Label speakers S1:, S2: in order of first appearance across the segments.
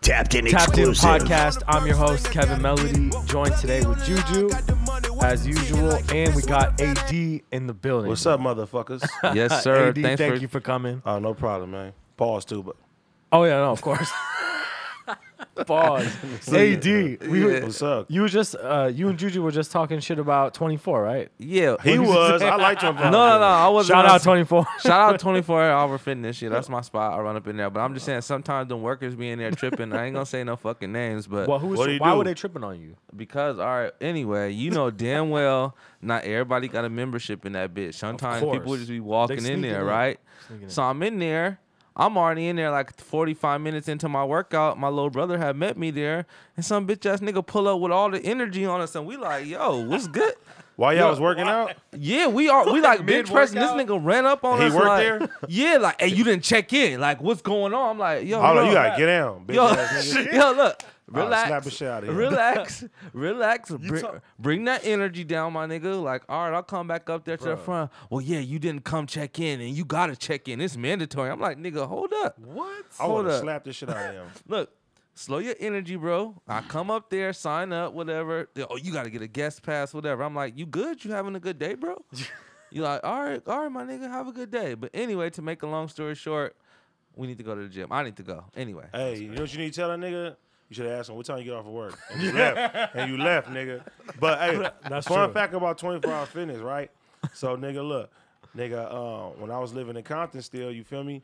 S1: Tapped in
S2: Tapped In
S1: exclusive.
S2: Podcast. I'm your host, Kevin Melody, joined today with Juju, as usual, and we got AD in the building.
S3: What's up, motherfuckers?
S4: Yes, sir.
S2: AD,
S4: Thanks
S2: thank
S4: for
S2: you for coming.
S3: oh, no problem, man. Pause too, but
S2: Oh, yeah, no, of course. Pause. AD, we were-
S3: what's up?
S2: you were just, uh, you and Juju were just talking shit about 24, right?
S4: yeah.
S3: He was. I liked him.
S4: no, no, no. I wasn't.
S2: Shout
S4: gonna
S2: out
S4: say-
S2: 24.
S4: Shout out 24 hour fitness. Yeah, that's my spot. I run up in there. But I'm just saying, sometimes the workers be in there tripping. I ain't gonna say no fucking names, but
S2: Well, who's,
S3: What do you
S2: why
S3: do?
S2: were they tripping on you?
S4: because all right. Anyway, you know damn well not everybody got a membership in that bitch. Sometimes people
S2: course.
S4: just be walking in
S2: sneaking
S4: there,
S2: in.
S4: right?
S2: Sneaking in.
S4: So I'm in there. I'm already in there like 45 minutes into my workout. My little brother had met me there, and some bitch ass nigga pull up with all the energy on us, and we like, yo, what's good?
S3: While y'all was working out,
S4: Yeah, we are. We like bitch person. This nigga ran up on
S3: He
S4: us.
S3: worked
S4: like,
S3: there?
S4: Yeah, like hey, you didn't check in. Like what's going on? I'm like, yo,
S3: hold
S4: bro,
S3: on, you gotta get down, bitch. ass
S4: yo,
S3: nigga.
S4: yo, look,
S3: I'll
S4: relax,
S3: slap the shit out of you.
S4: relax, relax. Bring, bring that energy down, my nigga. Like all right, I'll come back up there to the front. Well, yeah, you didn't come check in, and you gotta check in. It's mandatory. I'm like, nigga, hold up. What?
S3: I
S4: Hold
S3: would have
S4: up.
S3: slapped the shit out of him.
S4: Look. Slow your energy, bro. I come up there, sign up, whatever. They, Oh, you gotta get a guest pass, whatever. I'm like, you good? You having a good day, bro? You like, all right, all right, my nigga, have a good day. But anyway, to make a long story short, we need to go to the gym. I need to go. Anyway.
S3: Hey, you know what you need to tell that nigga? You should have asked him what time you get off of work. And you left. And you left, nigga. But hey,
S2: That's
S3: fun
S2: true.
S3: fact about 24 hour fitness, right? So nigga, look, nigga, um, when I was living in Compton still, you feel me?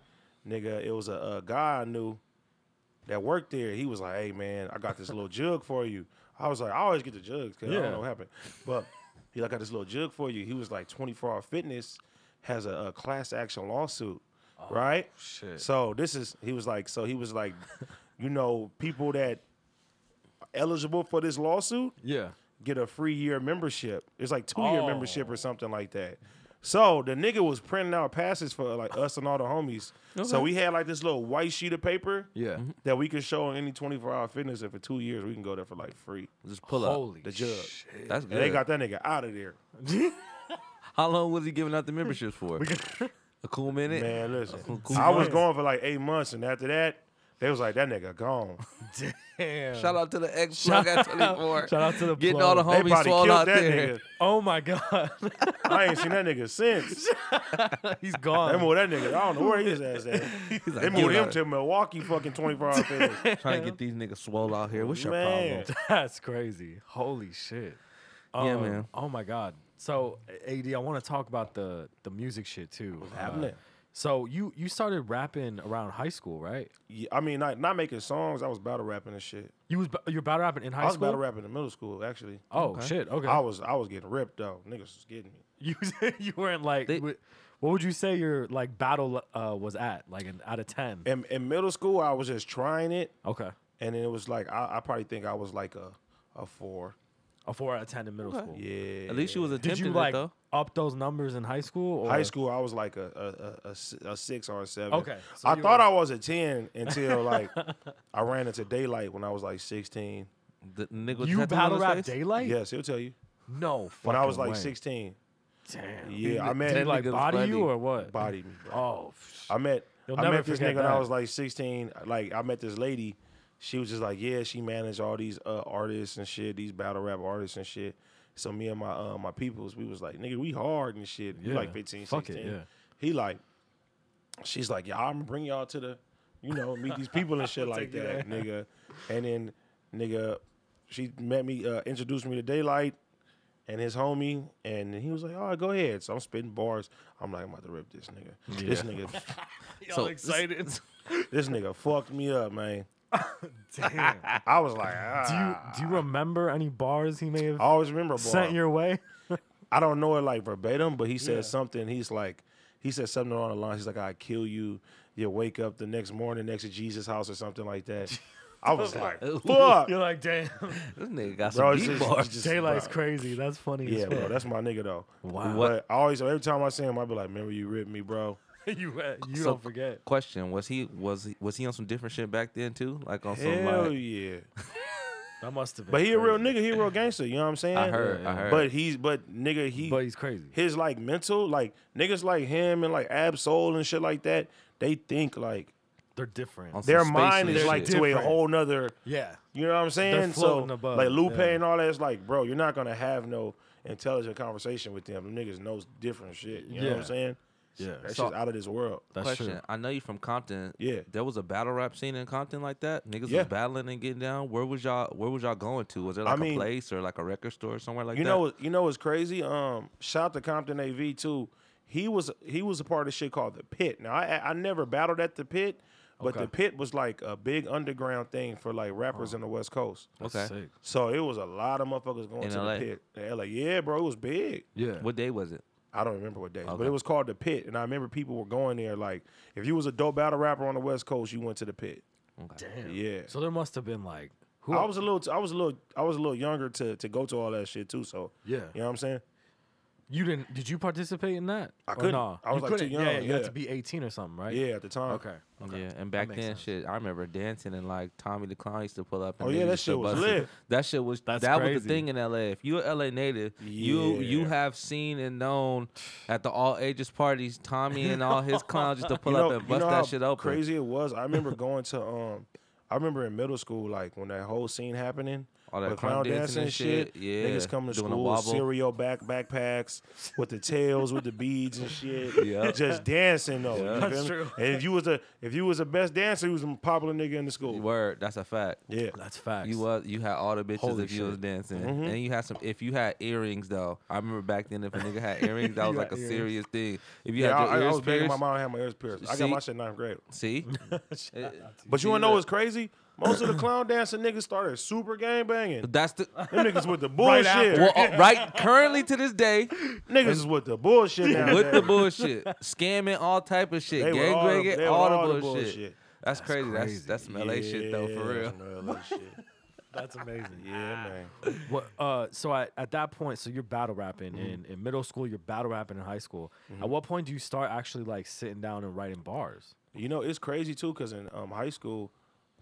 S3: Nigga, it was a, a guy I knew that worked there. He was like, Hey man, I got this little jug for you. I was like, I always get the jugs because I
S2: Yeah.
S3: don't know what happened. But he like I got this little jug for you. He was like 24 hour fitness has a, a class action lawsuit. right?
S2: Oh, shit.
S3: So this is he was like so he was like, you know, people that are eligible for this lawsuit
S2: Yeah.
S3: get a free year membership. It's like two year
S2: Oh.
S3: membership or something like that. So the nigga was printing out passes for like us and all the homies. So we had like this little white sheet of paper
S2: Yeah.
S3: that we could show in any twenty four hour fitness and for two years we can go there for like free.
S4: Just pull
S2: Holy
S3: The jug.
S4: up. That's
S3: And they
S4: good.
S3: got that nigga out of there.
S4: How long was he giving out the memberships for? a cool minute?
S3: Man, listen.
S4: cool
S3: I was
S4: man.
S3: going for like eight months and after that, they was like, that nigga gone.
S2: Damn.
S4: Shout out to the ex plug at 24.
S2: Shout out to the
S4: Getting
S2: plug.
S4: all the
S3: They
S4: homies
S3: probably
S4: swole
S3: killed
S4: out
S3: that
S4: there.
S3: nigga.
S2: Oh, my God.
S3: I ain't seen that nigga since.
S2: He's
S3: They
S2: gone.
S3: moved that nigga. I don't know where his ass at.
S4: like,
S3: they
S4: "Get
S3: moved
S4: it
S3: him
S4: out."
S3: to Milwaukee fucking 24 hour fitness.
S4: Trying to get these niggas swole out here. What's your
S3: Man.
S4: problem?
S2: That's crazy. Holy shit.
S4: Yeah,
S2: Um,
S4: man.
S2: Oh my god. So AD, I want to talk about the the music shit too. What's
S3: happening?
S2: so you you started rapping around high school, right?
S3: Yeah, I mean, not, not making songs. I was battle rapping and shit.
S2: You was ba- you're battle rapping in high
S3: I was
S2: school.
S3: battle rapping in middle school, actually.
S2: oh shit. Okay.
S3: I was I was getting ripped though. Niggas was getting me.
S2: you you weren't like.
S4: They-
S2: wh- what would you say your like battle uh, was at like an out of ten?
S3: In, in middle school, I was just trying it,
S2: Okay.
S3: and then it was like I, I probably think I was like a a four.
S2: A four out of ten in middle school.
S3: Yeah.
S4: At least you was
S2: Did
S4: attempting
S2: you
S4: it
S2: like
S4: though.
S2: up those numbers in high school? Or?
S3: High school, I was like a a, a- a s- a six or a seven.
S2: Okay, so
S3: I
S2: you
S3: thought
S2: were-
S3: I was a ten until like I ran into daylight when I was like sixteen.
S4: The nigga with
S2: You
S4: tattoo on
S2: battle
S4: his
S2: rap
S4: face?
S2: daylight?
S3: Yes, he'll tell you.
S2: No.
S3: When I was
S2: fucking
S3: like
S2: way.
S3: sixteen.
S2: Damn.
S3: Yeah, I met
S2: Did he like
S4: Nigga was
S2: body
S4: funny.
S2: you or what?
S3: body me, bro.
S2: Oh. f-
S3: I met
S2: You'll
S3: I
S2: never
S3: met this nigga
S2: forget
S3: when I
S2: that.
S3: was like 16. Like I met this lady. She was just like, yeah, she managed all these uh, artists and shit, these battle rap artists and shit. So me and my uh, my peoples, we was like, nigga, we hard and shit. We
S2: Yeah.
S3: like 15,
S2: Fuck it,
S3: 16.
S2: yeah.
S3: He like, she's like, yeah, I'm gonna bring y'all to the, you know, meet these people and shit like that, nigga. And then, nigga, she met me, uh, introduced me to Daylight and his homie, and he was like, all right, go ahead. So I'm spitting bars. I'm like, I'm about to rip this nigga. This nigga,
S4: So-
S2: excited.
S3: this nigga fucked me up, man.
S2: Damn.
S3: I was like,
S2: Do you
S3: ah.
S2: do you remember any bars he may have
S3: I always remember.
S2: sent
S3: Sent
S2: your way?
S3: I don't know it like verbatim, but he said something. He's like, he said something along the lines. He's like, I kill you. You wake up the next morning next to Jesus' house or something like that. I was like, fuck,
S2: You're like, damn,
S4: This nigga got
S3: bro.
S4: some
S3: It's
S4: deep
S2: Oh,
S3: just,
S4: bars.
S3: it's just-
S2: daylight's
S3: bro.
S2: crazy. That's funny.
S3: Yeah,
S2: as fuck.
S3: bro, that's my nigga though.
S2: Wow.
S3: But I always, every time I see him, I be like, remember you ripped me, bro.
S2: you uh, you
S4: So,
S2: don't forget.
S4: Question: Was he was he, was he on some different shit back then too? Like on some
S3: Hell
S4: like
S3: yeah.
S2: That must have been.
S3: But he a real
S2: crazy.
S3: nigga. He a real gangster. You know what I'm saying?
S4: I heard, I heard.
S3: But he's but nigga, he
S2: But he's crazy.
S3: his like mental, like niggas like him and like Ab Soul and shit like that, they think like
S2: They're different.
S4: On some
S3: Their
S4: space
S3: mind
S4: and
S3: is
S4: shit.
S3: like to a
S2: Different.
S3: whole nother.
S2: Yeah.
S3: You know what I'm saying? So
S2: floating above,
S3: like Lupe
S2: yeah.
S3: and all that, it's like, bro, you're not gonna have no intelligent conversation with them. Them niggas knows different shit. You know what
S2: Yeah.
S3: I'm saying?
S2: Yeah.
S3: That's
S4: So-
S3: just out of this world.
S2: That's
S4: question.
S2: true.
S4: I know you from Compton.
S3: Yeah.
S4: There was a battle rap scene in Compton like that. Niggas
S3: Yeah.
S4: was battling and getting down. Where was y'all where was y'all going to? Was there
S3: I
S4: like
S3: mean-
S4: a place or like a record store or somewhere like
S3: you
S4: that?
S3: know, what- you know what's crazy? Um, shout out to Compton AV too. He was he was a part of this shit called the Pit. Now I I never battled at the Pit, but
S4: Okay. Uh-huh.
S3: the Pit was like a big underground thing for like rappers in the West Coast.
S2: That's
S4: Okay.
S2: sick.
S3: So it was a lot of motherfuckers going
S4: In
S3: to
S4: LA?
S3: the Pit. In LA, yeah, bro, it was big.
S2: Yeah.
S4: what day was it?
S3: I don't remember what days, but
S4: Okay.
S3: it was called the Pit, and I remember people were going there. Like, if you was a dope battle rapper on the West Coast, you went to the Pit.
S2: Damn.
S3: Yeah.
S2: So there must have been like who
S3: I was a little, I was a little, I was a little younger to to go to all that shit too. So
S2: Yeah.
S3: you know what I'm saying?
S2: you didn't did you participate in that?
S3: I
S2: Or
S3: couldn't.
S2: nah?
S3: I
S2: You
S3: was, like, too
S2: couldn't?
S3: young,
S2: Yeah, you had
S3: yeah.
S2: to be 18 or something, right?
S3: Yeah, at the time.
S2: Okay. Okay.
S4: Yeah, and back
S2: makes
S4: then,
S2: sense.
S4: shit, I remember dancing and like Tommy DeCline used to pull up. And
S3: Oh,
S4: they
S3: yeah, that
S4: used to
S3: shit was
S4: bust it.
S3: lit.
S4: That shit was
S2: That's
S4: that was
S2: crazy.
S4: the thing in LA. If you're a LA native, you you
S3: Yeah.
S4: have seen and known at the all ages parties, Tommy and all his clowns used to pull
S3: You know,
S4: up and
S3: you
S4: bust
S3: know how
S4: that shit open.
S3: crazy it was. I remember going to um, I remember in middle school, like when that whole scene happening.
S4: All that
S3: with
S4: clown dancing and shit, yeah,
S3: niggas coming to
S4: doing the
S3: school,
S4: wobble.
S3: cereal back backpacks with the tails, with the beads and shit,
S4: Yep.
S3: just dancing though. you
S2: That's
S3: feel me?
S2: true.
S3: And if you was a if you was the best dancer, you was a popular nigga in the school.
S4: Word, that's a fact.
S3: Yeah,
S2: That's facts.
S4: You
S3: uh,
S4: was you had all the bitches
S2: Holy
S4: if you was
S2: shit.
S4: dancing,
S3: Mm-hmm.
S4: and you had some. If you had earrings though, I remember back then if a nigga had earrings, that was
S2: You
S4: like a
S2: had earrings.
S4: serious thing. If you
S3: yeah.
S4: had
S3: I,
S4: your
S3: I
S4: ears
S3: was begging my
S4: pierced-
S3: mom to have my ears pierced. I
S4: See?
S3: got my shit ninth grade.
S4: see,
S3: But
S4: See
S3: you wanna know
S4: that?
S3: what's crazy? Most of the clown dancing niggas started super gang banging.
S4: that's the
S3: Them niggas with the bullshit.
S4: well, uh, right currently to this day
S3: Niggas is with the bullshit now.
S4: with the bullshit, scamming all type of shit,
S3: They were all the- they
S4: gangbanging,
S3: were
S4: all,
S3: all
S4: the
S3: the
S4: bullshit.
S3: bullshit.
S4: That's, crazy.
S2: crazy.
S4: That's that's some LA shit though, for real.
S2: That's amazing.
S3: Yeah, man.
S2: What, uh, so at, at that point, so you're battle rapping
S4: Mm-hmm.
S2: in, in middle school, you're battle rapping in high school. At what point do you start actually like sitting down and writing bars?
S3: You know, it's crazy too, cause in um, high school,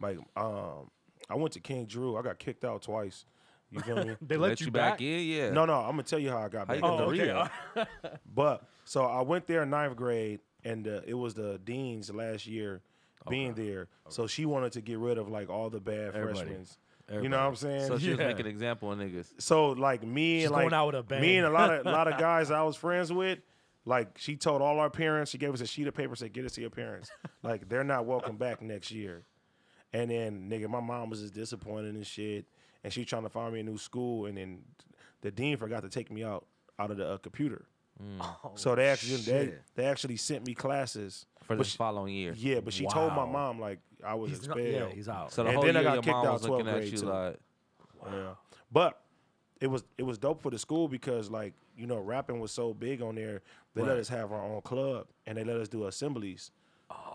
S3: like um, I went to King Drew. I got kicked out twice. You feel me?
S2: They
S4: Let, you back, in, yeah.
S3: No, no, I'm gonna tell you how I got
S4: How
S3: back.
S4: you gonna
S3: in.
S2: okay,
S4: read it?
S2: all right.
S3: But so I went there in ninth grade, and uh, it was the dean's last year
S4: Oh,
S3: being there. So she wanted to get rid of like all the bad
S2: Everybody.
S3: freshmen. You know
S2: Everybody.
S3: what I'm saying?
S4: So she was
S2: Yeah.
S4: making an example of niggas.
S3: So like me
S2: She's
S3: and like
S2: going out with a bang.
S3: me and a lot of lot of guys I was friends with, like she told all our parents, she gave us a sheet of paper, said, get us to your parents. like they're not welcome back next year. And then nigga, my mom was just disappointed and shit. And she trying to find me a new school. And then the dean forgot to take me out out of the uh, computer.
S2: Mm.
S3: so they actually they,
S2: shit.
S3: they actually sent me classes
S4: For the
S3: but she-
S4: following year,
S3: yeah, but she told my
S2: Wow.
S3: mom like I was
S2: He's not,
S3: expelled.
S2: yeah, he's out.
S4: so the
S3: And
S4: whole
S3: then I
S4: year
S3: got
S4: your
S3: kicked
S4: mom
S3: out
S4: was looking
S3: 12th
S4: at
S3: grade,
S4: you
S3: too.
S4: like,
S3: Yeah. But it was it was dope for the school because like, you know, rapping was so big on there, they let us have our own club and they let us do assemblies.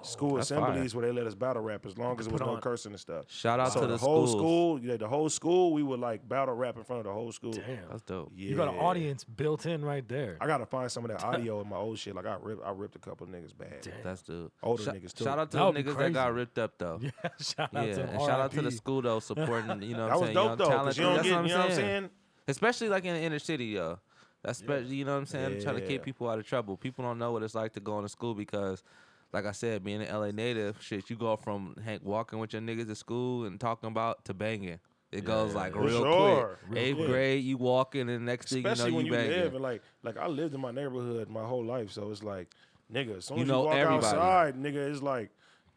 S3: school
S4: Oh, that's fire.
S3: assemblies where they let us battle rap as long as it was no cursing and stuff.
S4: shout out
S3: so
S4: to
S3: the,
S4: the,
S3: whole
S4: schools.
S3: school, yeah, the whole school, we would like battle rap in front of the whole school.
S2: Damn.
S4: That's dope.
S3: Yeah.
S2: You got an audience built in right there.
S3: I gotta find some of that audio in my old shit. Like I ripped I ripped a couple niggas bad.
S4: That's dope.
S3: Older
S4: Shou-
S3: niggas, too.
S4: Shout out to
S2: That
S4: the
S2: would be
S4: niggas that got
S2: crazy.
S4: ripped up though.
S2: Yeah, shout
S4: Yeah,
S2: out to
S4: and shout out to the
S2: RIP.
S4: school though, supporting you know what
S3: That
S4: I'm
S3: was
S4: saying,
S3: dope
S4: young
S3: though,
S4: talent.
S3: because you don't
S4: that's
S3: get you
S4: what
S3: know
S4: I'm
S3: what I'm
S4: saying?
S3: saying?
S4: especially like in the inner city, yo. That's spe- you know what I'm saying. Trying to keep
S3: Yeah.
S4: people out of trouble. People don't know what it's like to go into school because, like I said, being an LA native, shit, you go from Hank walking with your niggas to school and talking about to banging. It goes like
S3: For
S4: real
S3: sure.
S4: quick.
S3: Real
S4: Eighth
S3: quick.
S4: grade, you walking, and the next thing you know,
S3: Especially
S4: you,
S3: when you
S4: banging.
S3: live and like like I lived in my neighborhood my whole life, so it's like nigga, as soon
S4: You
S3: as
S4: know
S3: you walk
S4: everybody.
S3: outside, nigga, it's like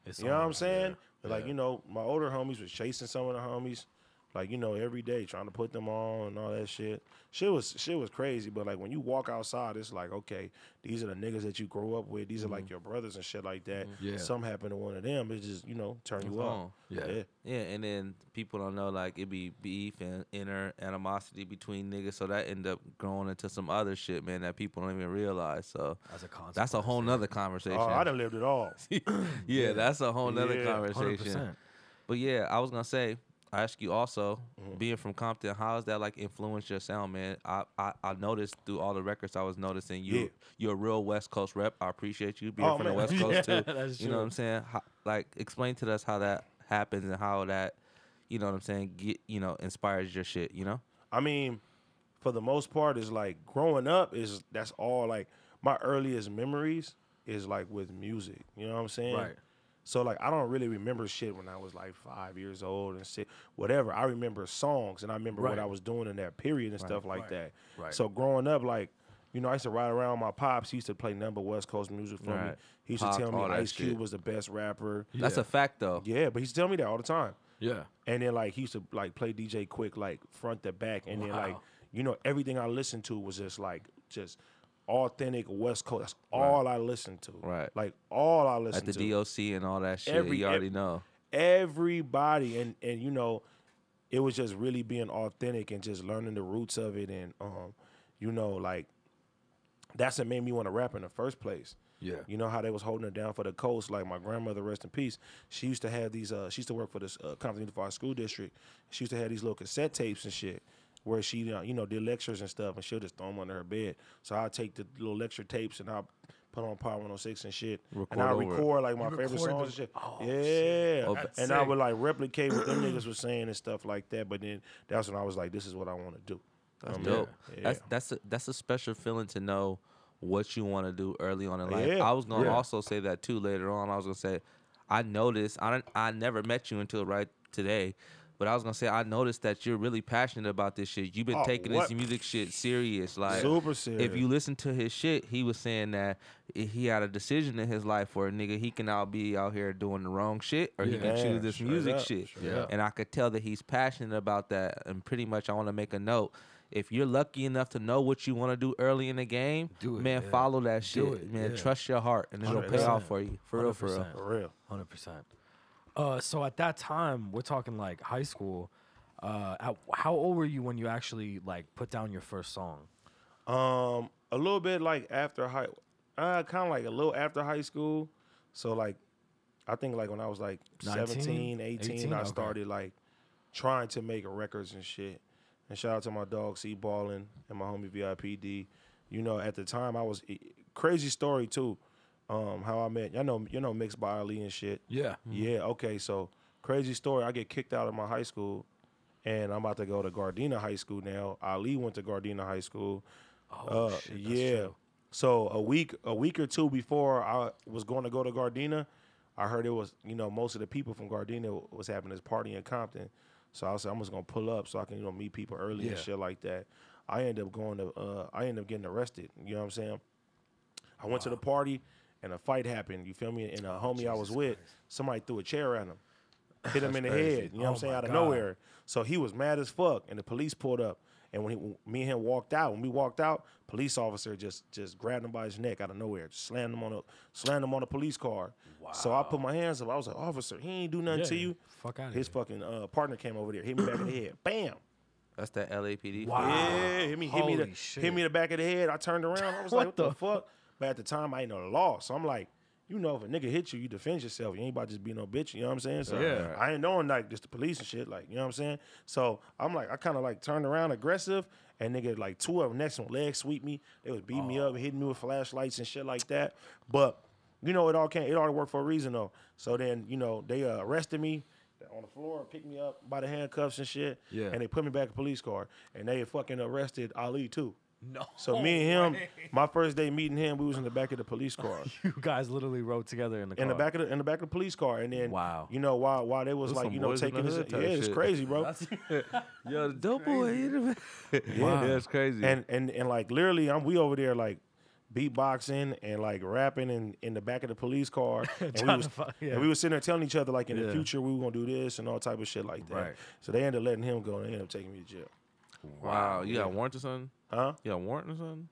S2: It's
S3: you know what
S2: on,
S3: I'm saying? Like you know, my older homies was chasing some of the homies, like you know, every day trying to put them on and all that shit. Shit was shit was crazy, but like when you walk outside, it's like okay, these are the niggas that you grow up with. These are
S4: Mm-hmm.
S3: like your brothers and shit like that.
S2: Yeah.
S3: Something happened to one of them, it's just you know turn you
S4: on.
S3: on.
S2: Yeah.
S4: Yeah, and then people don't know like it be beef and inner animosity between niggas, so that end up growing into some other shit, man, that people don't even realize. So
S2: As a concept.
S4: that's a whole nother conversation.
S3: Oh, I done lived it all.
S4: yeah, that's a whole nother
S3: Yeah,
S4: conversation.
S2: 100%.
S4: But yeah, I was gonna say, I ask you also,
S3: Mm-hmm.
S4: being from Compton, how has that like influenced your sound, man? I, I I noticed through all the records I was noticing you
S3: Yeah.
S4: you're a real West Coast rep. I appreciate you being
S3: Oh,
S4: from
S3: man.
S4: the West Coast
S2: Yeah,
S4: too.
S2: that's
S4: you know
S2: true.
S4: what I'm saying? How, like explain to us how that happens and how that you know what I'm saying, get you know, inspires your shit, you know?
S3: I mean, for the most part, is like growing up is that's all like my earliest memories is like with music. You know what I'm saying?
S2: Right.
S3: So like I don't really remember shit when I was like five years old and shit, whatever. I remember songs and I remember what
S2: Right.
S3: I was doing in that period and stuff like that.
S2: Right.
S3: So growing up, like you know, I used to ride around with my pops. He used to play number West Coast music for me.
S4: Right.
S3: He used
S4: Pac,
S3: to tell me
S4: all that
S3: Ice Cube
S4: shit.
S3: was the best rapper.
S4: That's a fact though.
S3: Yeah, but he used to tell me that all the time.
S2: Yeah.
S3: And then like he used to like play DJ Quick like front to back, and then like you know everything I listened to was just like just authentic West Coast. That's all I listened to.
S4: Right.
S3: Like all I
S4: At
S3: listened
S4: the
S3: to.
S4: DOC and all that shit.
S3: Every- e
S4: you already
S3: ev-
S4: know.
S3: Everybody and and you know it was just really being authentic and just learning the roots of it, and um you know like that's what made me want to rap in the first place.
S2: Yeah.
S3: You know how they was holding it down for the coast. Like my grandmother, rest in peace. She used to have these. Uh, she used to work for this uh, Compton Unified School District. She used to have these little cassette tapes and shit, where she uh, you know did lectures and stuff, and she'll just throw them under her bed. So I take the little lecture tapes and I will put on Power 106 and shit,
S4: Record
S3: and I
S4: over it.
S3: record like my
S1: You
S3: favorite
S1: recorded
S3: songs
S1: them?
S3: and shit.
S1: Oh,
S3: yeah,
S4: That's
S3: and I
S1: sick.
S3: would like replicate what them niggas was saying and stuff like that. But then that's when I was like, this is what I want to do.
S4: That's
S3: Um,
S4: dope.
S3: yeah.
S4: That's that's a, that's a special feeling to know what you want to do early on in life.
S3: Yeah,
S4: I was gonna
S3: yeah.
S4: also say that too later on. I was gonna say, I noticed I don't, I never met you until right today, but I was gonna say I noticed that you're really passionate about this shit. You've been
S3: Oh,
S4: taking
S3: what-
S4: this music shit serious, like
S3: Super serious.
S4: If you listen to his shit, he was saying that i- he had a decision in his life where nigga he can out be out here doing the wrong shit or he
S2: Yeah.
S4: can
S3: Man,
S4: choose this
S3: straight
S4: music
S3: up,
S4: shit.
S3: straight Yeah. up.
S4: And I could tell that he's passionate about that. And pretty much, I want to make a note. If you're lucky enough to know what you want to do early in the game,
S2: Do it,
S4: man,
S2: yeah.
S4: follow that shit.
S2: Do it,
S4: man,
S2: yeah.
S4: trust your heart and it'll pay off
S2: 100%.
S4: for you. For real, for real.
S2: 100%.
S3: For real.
S2: Hundred percent. Uh, so at that time, we're talking like high school. Uh, at, how old were you when you actually like put down your first song?
S3: Um, a little bit like after high, uh, kind of like a little after high school. So like, I think like when I was like
S2: 19?
S3: 17, 18,
S2: 18?
S3: I
S2: Okay.
S3: started like trying to make records and shit. And shout out to my dog C Ballin and my homie VIPD. You know, at the time I was eh, crazy story too. Um, how I met y'all know you know mixed by Ali and shit.
S2: Yeah.
S3: Yeah, okay. So crazy story. I get kicked out of my high school, and I'm about to go to Gardena High School now. Ali went to Gardena High School. Uh,
S2: Oh, shit, that's
S3: yeah.
S2: true.
S3: So a week, a week or two before I was going to go to Gardena, I heard it was you know most of the people from Gardena was having this party in Compton. So I said I'm just gonna pull up so I can you know meet people early and
S2: Yeah.
S3: shit like that. I end up going to uh, I end up getting arrested. You know what I'm saying? I went to the party and a fight happened. You feel me? And a homie I was with, somebody threw a chair at him, hit him in the head. You know what I'm
S2: Oh
S3: saying?
S2: my
S3: Out of
S2: God.
S3: nowhere. So he was mad as fuck, and the police pulled up. And when he, when me and him walked out, when we walked out, police officer just just grabbed him by his neck out of nowhere, just slammed him on the slammed him on the police car. So I put my hands up. I was like, officer, he ain't do nothing to
S2: Yeah,
S3: you.
S2: fuck outta
S3: His
S2: here.
S3: fucking uh, partner came over there, hit me back in the head. Bam.
S4: That's that LAPD.
S2: Wow.
S3: Yeah, hit me, hit
S2: Holy
S3: me, the,
S2: shit.
S3: hit me in the back of the head. I turned around. I was like, what the, fuck? But at the time, I ain't no law, so I'm like, you know, if a nigga hit you, you defend yourself. You ain't about to just be no bitch. You know what I'm saying? So
S2: Yeah.
S3: I ain't knowing like just the police and shit. Like you know what I'm saying? So I'm like, I kind of like turned around aggressive, and nigga like two of them next one leg sweep me. They was beating me
S2: Oh.
S3: up, hitting me with flashlights and shit like that. But you know, it all came. It all worked for a reason though. So then you know they uh, arrested me. On the floor, and picked me up by the handcuffs and shit.
S2: Yeah.
S3: And they put me back in police car, and they fucking arrested Ali too.
S2: No.
S3: So me and him, my first day meeting him, we was in the back of the police car.
S2: You guys literally rode together in the
S3: In the
S2: car.
S3: back of the in the back of the police car, and then
S2: Wow.
S3: you know while while they was
S4: Those
S3: like
S4: some
S3: you know
S4: boys in the
S3: taking his
S4: hood
S3: yeah
S4: type
S3: it's
S4: shit.
S3: crazy, bro.
S4: Yo, the dope boy. Yeah, that's crazy.
S3: and and and like literally, I'm we over there like beatboxing and like rapping in, in the back of the police car, and we
S2: Trying
S3: was
S2: to fuck- yeah.
S3: and we was sitting there telling each other like in
S2: Yeah.
S3: the future we were gonna do this and all type of shit like that.
S2: Right.
S3: So they ended up letting him go, and they ended up taking me to jail.
S4: wow. You got a warrant or something?
S3: Huh?
S4: You got a warrant or something?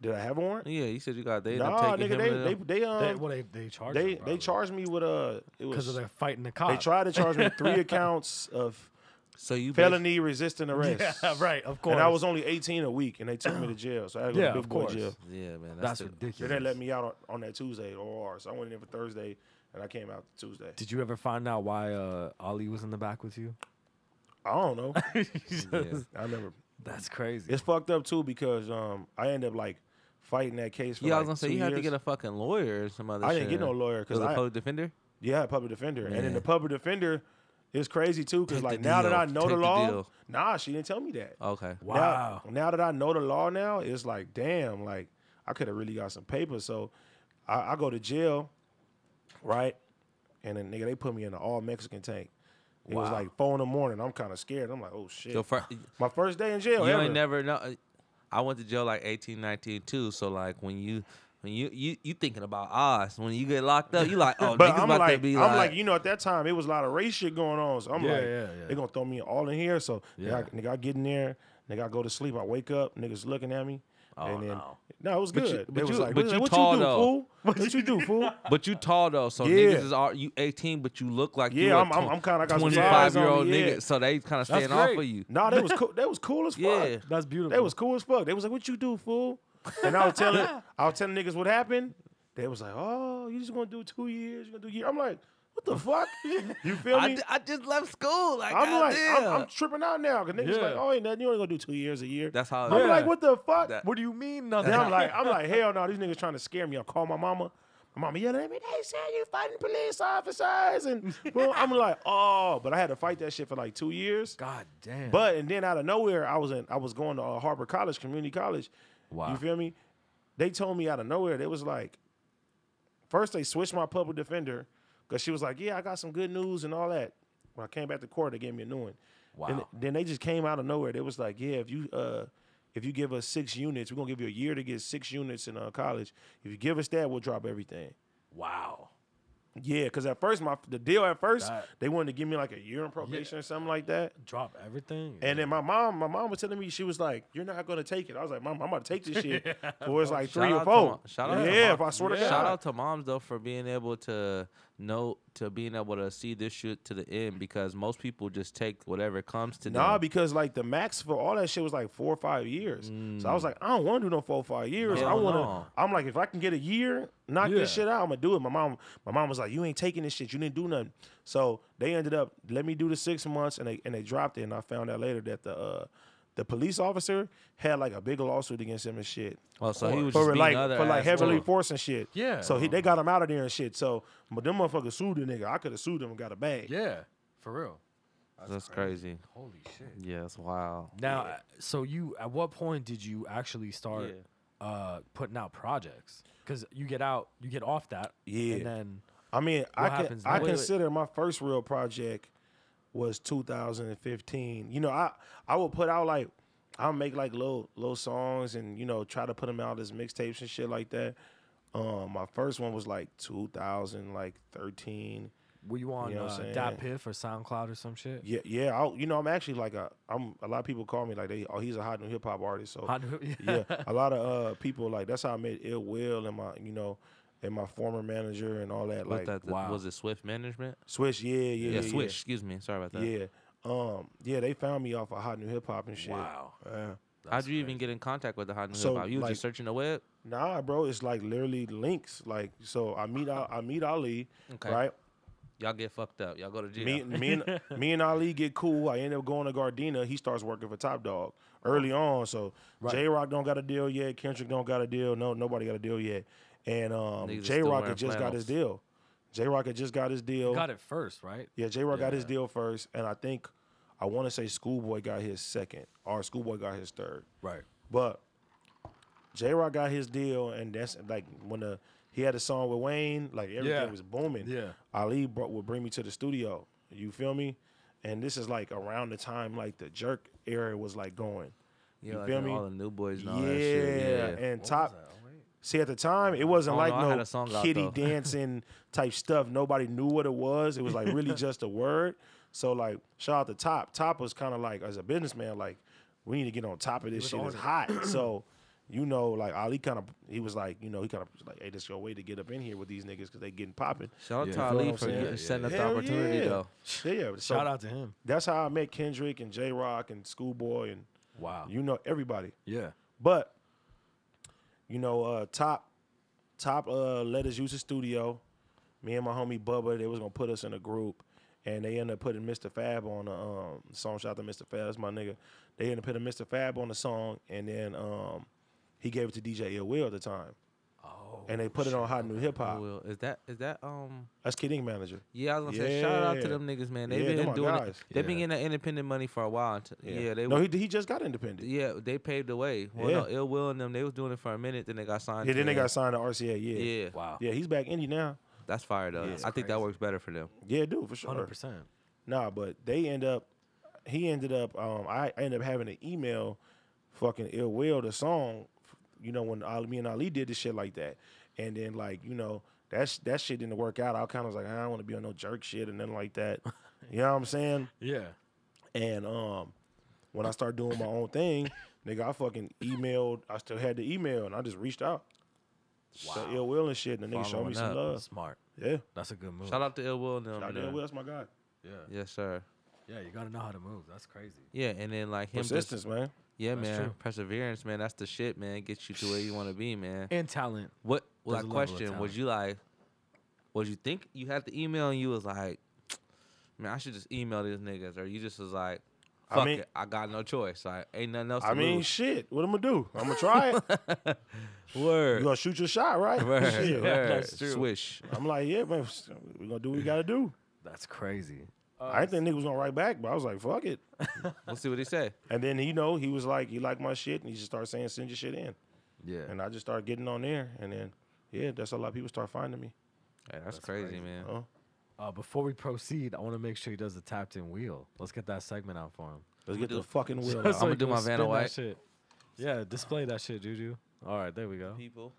S3: Did I have a warrant?
S4: Yeah, you said you got. They ended up
S3: Nah,
S4: taking
S3: nigga,
S4: him uh, to
S3: they, they
S4: them.
S3: they um
S2: They, well, they they charged.
S3: they they charged me with uh it
S2: because
S3: was
S2: of their fighting the cops.
S3: They tried to charge me three accounts of
S4: so you basi-
S3: felony resisting arrest.
S2: Yeah, right. Of course.
S3: And I was only 18 a week, and they took me to jail. So I had to go
S2: Yeah,
S3: to big
S2: of
S3: boy
S2: course.
S3: jail.
S4: Yeah, man.
S2: That's
S4: That's, the-
S3: They
S2: ridiculous.
S3: didn't let me out on, on that Tuesday or so I went in for Thursday, and I came out Tuesday.
S2: Did you ever find out why uh, Ali was in the back with you?
S3: I don't know.
S4: yeah.
S3: I never.
S2: That's crazy.
S3: It's fucked up too because um I ended up like fighting that case for
S4: Yeah, I
S3: like,
S4: was gonna say
S3: two
S4: you have to
S3: years.
S4: get a fucking lawyer or some other.
S3: I
S4: shit.
S3: didn't get no lawyer
S4: Was
S3: 'cause
S4: it a
S3: I-
S4: public defender.
S3: Yeah, public defender. And then the
S4: Man.
S3: public defender is crazy too because
S4: Take the
S3: like now that
S4: deal.
S3: I know
S4: Take
S3: the
S4: the
S3: law,
S4: deal.
S3: nah, she didn't tell me that.
S4: Okay.
S2: Wow.
S3: Now, now that I know the law now, it's like, damn, like I could have really got some paper. So I, I go to jail, right? and then nigga they put me in an all Mexican tank. It was like four in the morning. I'm kind of scared. I'm like, oh shit.
S4: Your fir-
S3: My first day in jail.
S4: you
S3: ever.
S4: ain't never know. uh, I went to jail like 18, 19 too. So like when you when you you you thinking about Oz when you get locked up, you like oh
S3: But
S4: niggas
S3: I'm
S4: about
S3: like,
S4: to be
S3: I'm
S4: like,
S3: like, you know, at that time it was a lot of race shit going on. So I'm
S2: Yeah,
S3: like,
S2: yeah, yeah.
S3: they gonna throw me all in here. So
S2: Yeah.
S3: nigga, I, nigga, I get in there, nigga, I go to sleep, I wake up, niggas looking at me. and then,
S4: Oh, no.
S3: it was
S4: But you-
S3: good.
S4: but
S3: it was
S4: you-
S3: like,
S4: but
S3: what,
S4: you
S3: what
S4: tall,
S3: you do,
S4: though.
S3: fool? What you do, fool?
S4: but you tall though, so
S3: Yeah.
S4: niggas is all you eighteen, but you look like
S3: Yeah,
S4: you a
S3: I'm- I'm- I'm kinda got some
S4: twenty
S3: size
S4: five
S3: on
S4: year old
S3: me, yeah.
S4: nigga. So they kind of staying off
S2: great.
S4: of you.
S3: nah, they was cool. They was cool as fuck.
S4: Yeah.
S2: That's beautiful.
S3: They was cool as fuck. They was like, what you do, fool? And I was telling, I was telling niggas what happened. They was like, oh, you just gonna do two years? You gonna do a year? I'm like, what the fuck? You feel
S4: I,
S3: me?
S4: ju- I just left school. Like
S3: I'm like, I'm,
S4: goddamn.
S3: I'm tripping out now because niggas
S2: Yeah.
S3: like, oh, ain't nothing. You only gonna do two years a year.
S4: That's how.
S3: I'm
S2: Yeah.
S3: like, what the fuck?
S4: That-
S2: What do you mean nothing?
S3: then I'm like, I'm like, hell no, these niggas trying to scare me. I call my mama. My mama yelling at me, they said you fighting police officers. And boom, I'm like, oh, but I had to fight that shit for like two years.
S2: God damn.
S3: But and then out of nowhere, I was in I was going to uh, Harbor College, community college.
S2: Wow.
S3: You feel me? They told me out of nowhere, they was like, first they switched my public defender because she was like, Yeah, I got some good news and all that. When I came back to court, they gave me a new one. And
S2: Wow.
S3: then they just came out of nowhere. They was like, Yeah, if you uh if you give us six units, we're gonna give you a year to get six units in uh, college. If you give us that, we'll drop everything.
S2: wow.
S3: Yeah, because at first my the deal at first,
S2: That-
S3: they wanted to give me like a year in probation or something like that.
S2: Drop everything.
S3: And then my mom, my mom was telling me she was like, "You're not gonna take it." I was like, "Mom, I'm gonna take this shit for it's like three
S4: Shout
S3: or
S4: out to
S3: four.
S4: mo- shout out to
S3: yeah,
S4: mom.
S3: if I swear to
S2: Yeah.
S3: God,
S4: Shout out to moms though for being able to know to being able to see this shit to the end because most people just take whatever comes to
S3: nah,
S4: them.
S3: because like the max for all that shit was like four or five years. So I was like, I don't want to do no four or five years. I
S4: Hell
S3: want to.
S4: Mm. no.
S3: I'm like, if I can get a year, knock this
S2: Yeah.
S3: shit out, I'm gonna do it. My mom, my mom was like, "You ain't taking this shit. You didn't do nothing." So they ended up let me do the six months, and they and they dropped it. And I found out later that the. uh the police officer had like a big lawsuit against him and shit.
S4: Oh, so he was just
S3: for
S4: beating
S3: like
S4: other
S3: for like
S4: ass
S3: heavily
S4: too.
S3: force and shit.
S2: Yeah.
S3: So he, they got him out of there and shit. So but them motherfuckers sued the nigga. I could have sued him and got a bag.
S2: yeah, for real.
S4: That's crazy.
S2: Holy shit.
S4: Yeah, that's wild.
S2: Now, uh, so you at what point did you actually start uh, putting out projects? Because you get out, you get off that,
S3: Yeah.
S2: and then
S3: I mean,
S2: What
S3: I can,
S2: happens
S3: I
S2: next? Wait, wait.
S3: consider my first real project was 2015. You know, I I would put out like I'll make like little little songs and you know try to put them out as mixtapes and shit like that. Um, my first one was like 2000, like 13.
S2: were you on
S3: know what I'm
S2: uh,
S3: saying?
S2: Dat Piff or SoundCloud or some shit?
S3: Yeah, yeah. I, you know, I'm actually like a. I'm a lot of people call me like they. Oh, he's a hot new hip hop artist. So
S2: Hot new- yeah.
S3: yeah, a lot of uh people like that's how I met Ill Will and my you know and my former manager and all that. Like
S4: What that
S2: wow.
S4: was it Swift Management?
S3: Swish, yeah, yeah, yeah,
S4: Yeah,
S3: yeah.
S4: Swift. Excuse me. Sorry about that.
S3: Yeah. Um, yeah, they found me off of hot new hip hop and shit.
S2: Wow.
S3: Yeah.
S4: How'd you even get in contact with the hot new
S3: So,
S4: hip hop? You was
S3: like-
S4: just searching the web.
S3: Nah, bro, it's like literally links. Like, so I meet Al- I meet Ali,
S4: Okay.
S3: right?
S4: Y'all get fucked up. Y'all go to jail.
S3: Me, me, and, me and Ali get cool. I end up going to Gardena. He starts working for Top Dog early on. So J Rock don't got a deal yet. Kendrick don't got a deal. No, nobody got a deal yet. And um,
S4: Niggas is
S3: J
S4: still
S3: Rock
S4: wearing
S3: had just got his
S4: flannels.
S3: deal. J Rock had just got his deal.
S2: got it first, right?
S3: Yeah, J Rock got his deal first, and I think I want to say Schoolboy got his second, or Schoolboy got his third.
S2: Right.
S3: But J Rock got his deal, and that's like when the he had a song with Wayne, like everything
S2: Yeah.
S3: was booming.
S2: Yeah.
S3: Ali brought, would bring me to the studio. You feel me? And this is like around the time like the jerk era was like going.
S4: Yeah,
S3: you
S4: like
S3: feel
S4: and
S3: me?
S4: all the new boys and
S3: yeah,
S4: all that shit. Yeah.
S3: and top. See, at the time, it wasn't
S4: Oh,
S3: like
S4: no, I
S3: no,
S4: had a song out,
S3: kitty
S4: though.
S3: dancing type stuff. Nobody knew what it was. It was like really just a word. So like, shout out to Top. Top was kind of like as a businessman, like we need to get on top of this shit. It's hot. so, you know, like Ali kind of he was like, you know, he kind of was like, hey, this your way to get up in here with these niggas because they getting popping.
S4: Shout out
S2: Yeah.
S4: to
S2: You
S3: feel what
S4: Ali
S3: I'm
S4: for
S3: saying?
S4: getting- setting up the
S3: Hell
S4: opportunity
S3: yeah.
S4: though.
S3: Yeah. So
S2: Shout out to him.
S3: That's how I met Kendrick and J Rock and Schoolboy and
S2: Wow.
S3: you know everybody.
S2: yeah.
S3: But you know, uh, top top uh, let us use the studio. Me and my homie Bubba, they was gonna put us in a group, and they ended up putting Mr. Fab on a um, song. Shout out to Mr. Fab, that's my nigga. They ended up putting Mr. Fab on the song, and then um, he gave it to DJ Ill Will at the time,
S2: Oh.
S3: and they put it on Hot New Hip Hop.
S4: Will is that is that um
S3: That's Kid Ink manager.
S4: yeah I was gonna say shout out
S3: Yeah.
S4: to them niggas man. They've
S3: Yeah, them
S4: been
S3: my
S4: doing it.
S3: guys.
S4: They've been
S2: Yeah.
S4: getting that independent money for a while. Until, yeah. they
S3: no,
S4: were-
S3: he, he just got independent.
S4: yeah they paved the way. Well,
S3: Yeah.
S4: no, Ill Will and them they was doing it for a minute. Then they got signed.
S3: Yeah,
S4: to
S3: then they
S4: the-
S3: got signed to RCA. Yeah,
S4: Yeah.
S2: Wow.
S3: yeah, he's back indie now.
S4: That's fire though. I think that works better for them.
S3: Yeah, dude, for sure.
S2: Hundred percent.
S3: Nah, but they end up. He ended up. Um, I ended up having to email, fucking ill will the song. You know when Ali, me and Ali did this shit like that, and then like you know that sh- that shit didn't work out. I kind of was like, I don't want to be on no jerk shit and nothing like that. You know what I'm saying?
S2: Yeah.
S3: And um, when I started doing my own thing, nigga, I fucking emailed. I still had the email, and I just reached out. Wow. ill will and shit, and the nigga showed me
S4: Following
S3: some
S4: up.
S3: love.
S2: Smart.
S3: Yeah,
S2: That's a good move.
S4: Shout out to Ill Will and them.
S3: Shout out to
S4: man.
S3: Ill Will, that's my guy.
S2: Yeah.
S4: Yes, sir.
S2: Yeah. You gotta know how to move. That's crazy.
S4: Yeah, and then like him. Just,
S3: Persistence, man.
S4: yeah,
S2: That's
S4: man.
S2: true.
S4: Perseverance, man. That's the shit, man. Gets you to where you want to be, man.
S2: And talent.
S4: What was
S2: There's a level
S4: that
S2: of
S4: question?
S2: talent.
S4: Was you like, was you think you had the email and you was like, man, I should just email these niggas, or you just was like,
S3: I
S4: fuck
S3: mean-
S4: it, I got no choice. Like, ain't nothing else. To
S3: I mean,
S4: lose.
S3: shit. What I'm gonna do? I'm gonna try it.
S4: word,
S3: You gonna shoot your shot, right?
S4: word,
S3: Shit.
S4: word.
S2: that's true.
S4: Swish.
S3: I'm like, yeah, man. We gonna do what we gotta do.
S2: That's crazy.
S3: I didn't think nigga was gonna write back, but I was like, fuck it.
S4: Let's see what he say.
S3: And then you know he was like, he liked my shit, and he just started saying, send your shit in.
S2: Yeah.
S3: And I just started getting on there, and then yeah, that's how a lot of people start finding me.
S4: Hey, that's, crazy, man.
S3: Huh?
S2: Uh, before we proceed, I want to make sure he does the tapped in wheel. Let's get that segment out for him.
S3: Let's get the fucking wheel.
S2: So
S3: out.
S2: he
S4: I'ma do
S2: can
S4: my Vanna
S2: spin that
S4: White.
S2: shit. Yeah, display that shit, Juju. All right, there we go.
S4: People.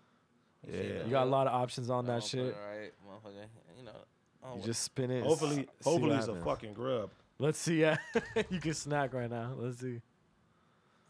S2: You
S3: Yeah.
S2: got a lot of options on
S4: I'm
S2: that
S4: gonna put
S2: shit.
S4: it Right, motherfucker. You know. I don't
S2: You
S4: wa-
S2: just spin it. and s-
S3: Hopefully,
S2: see
S3: hopefully
S2: what
S3: it's a
S2: happens.
S3: fucking grub.
S2: Let's see. Yeah, you can snack right now. Let's see.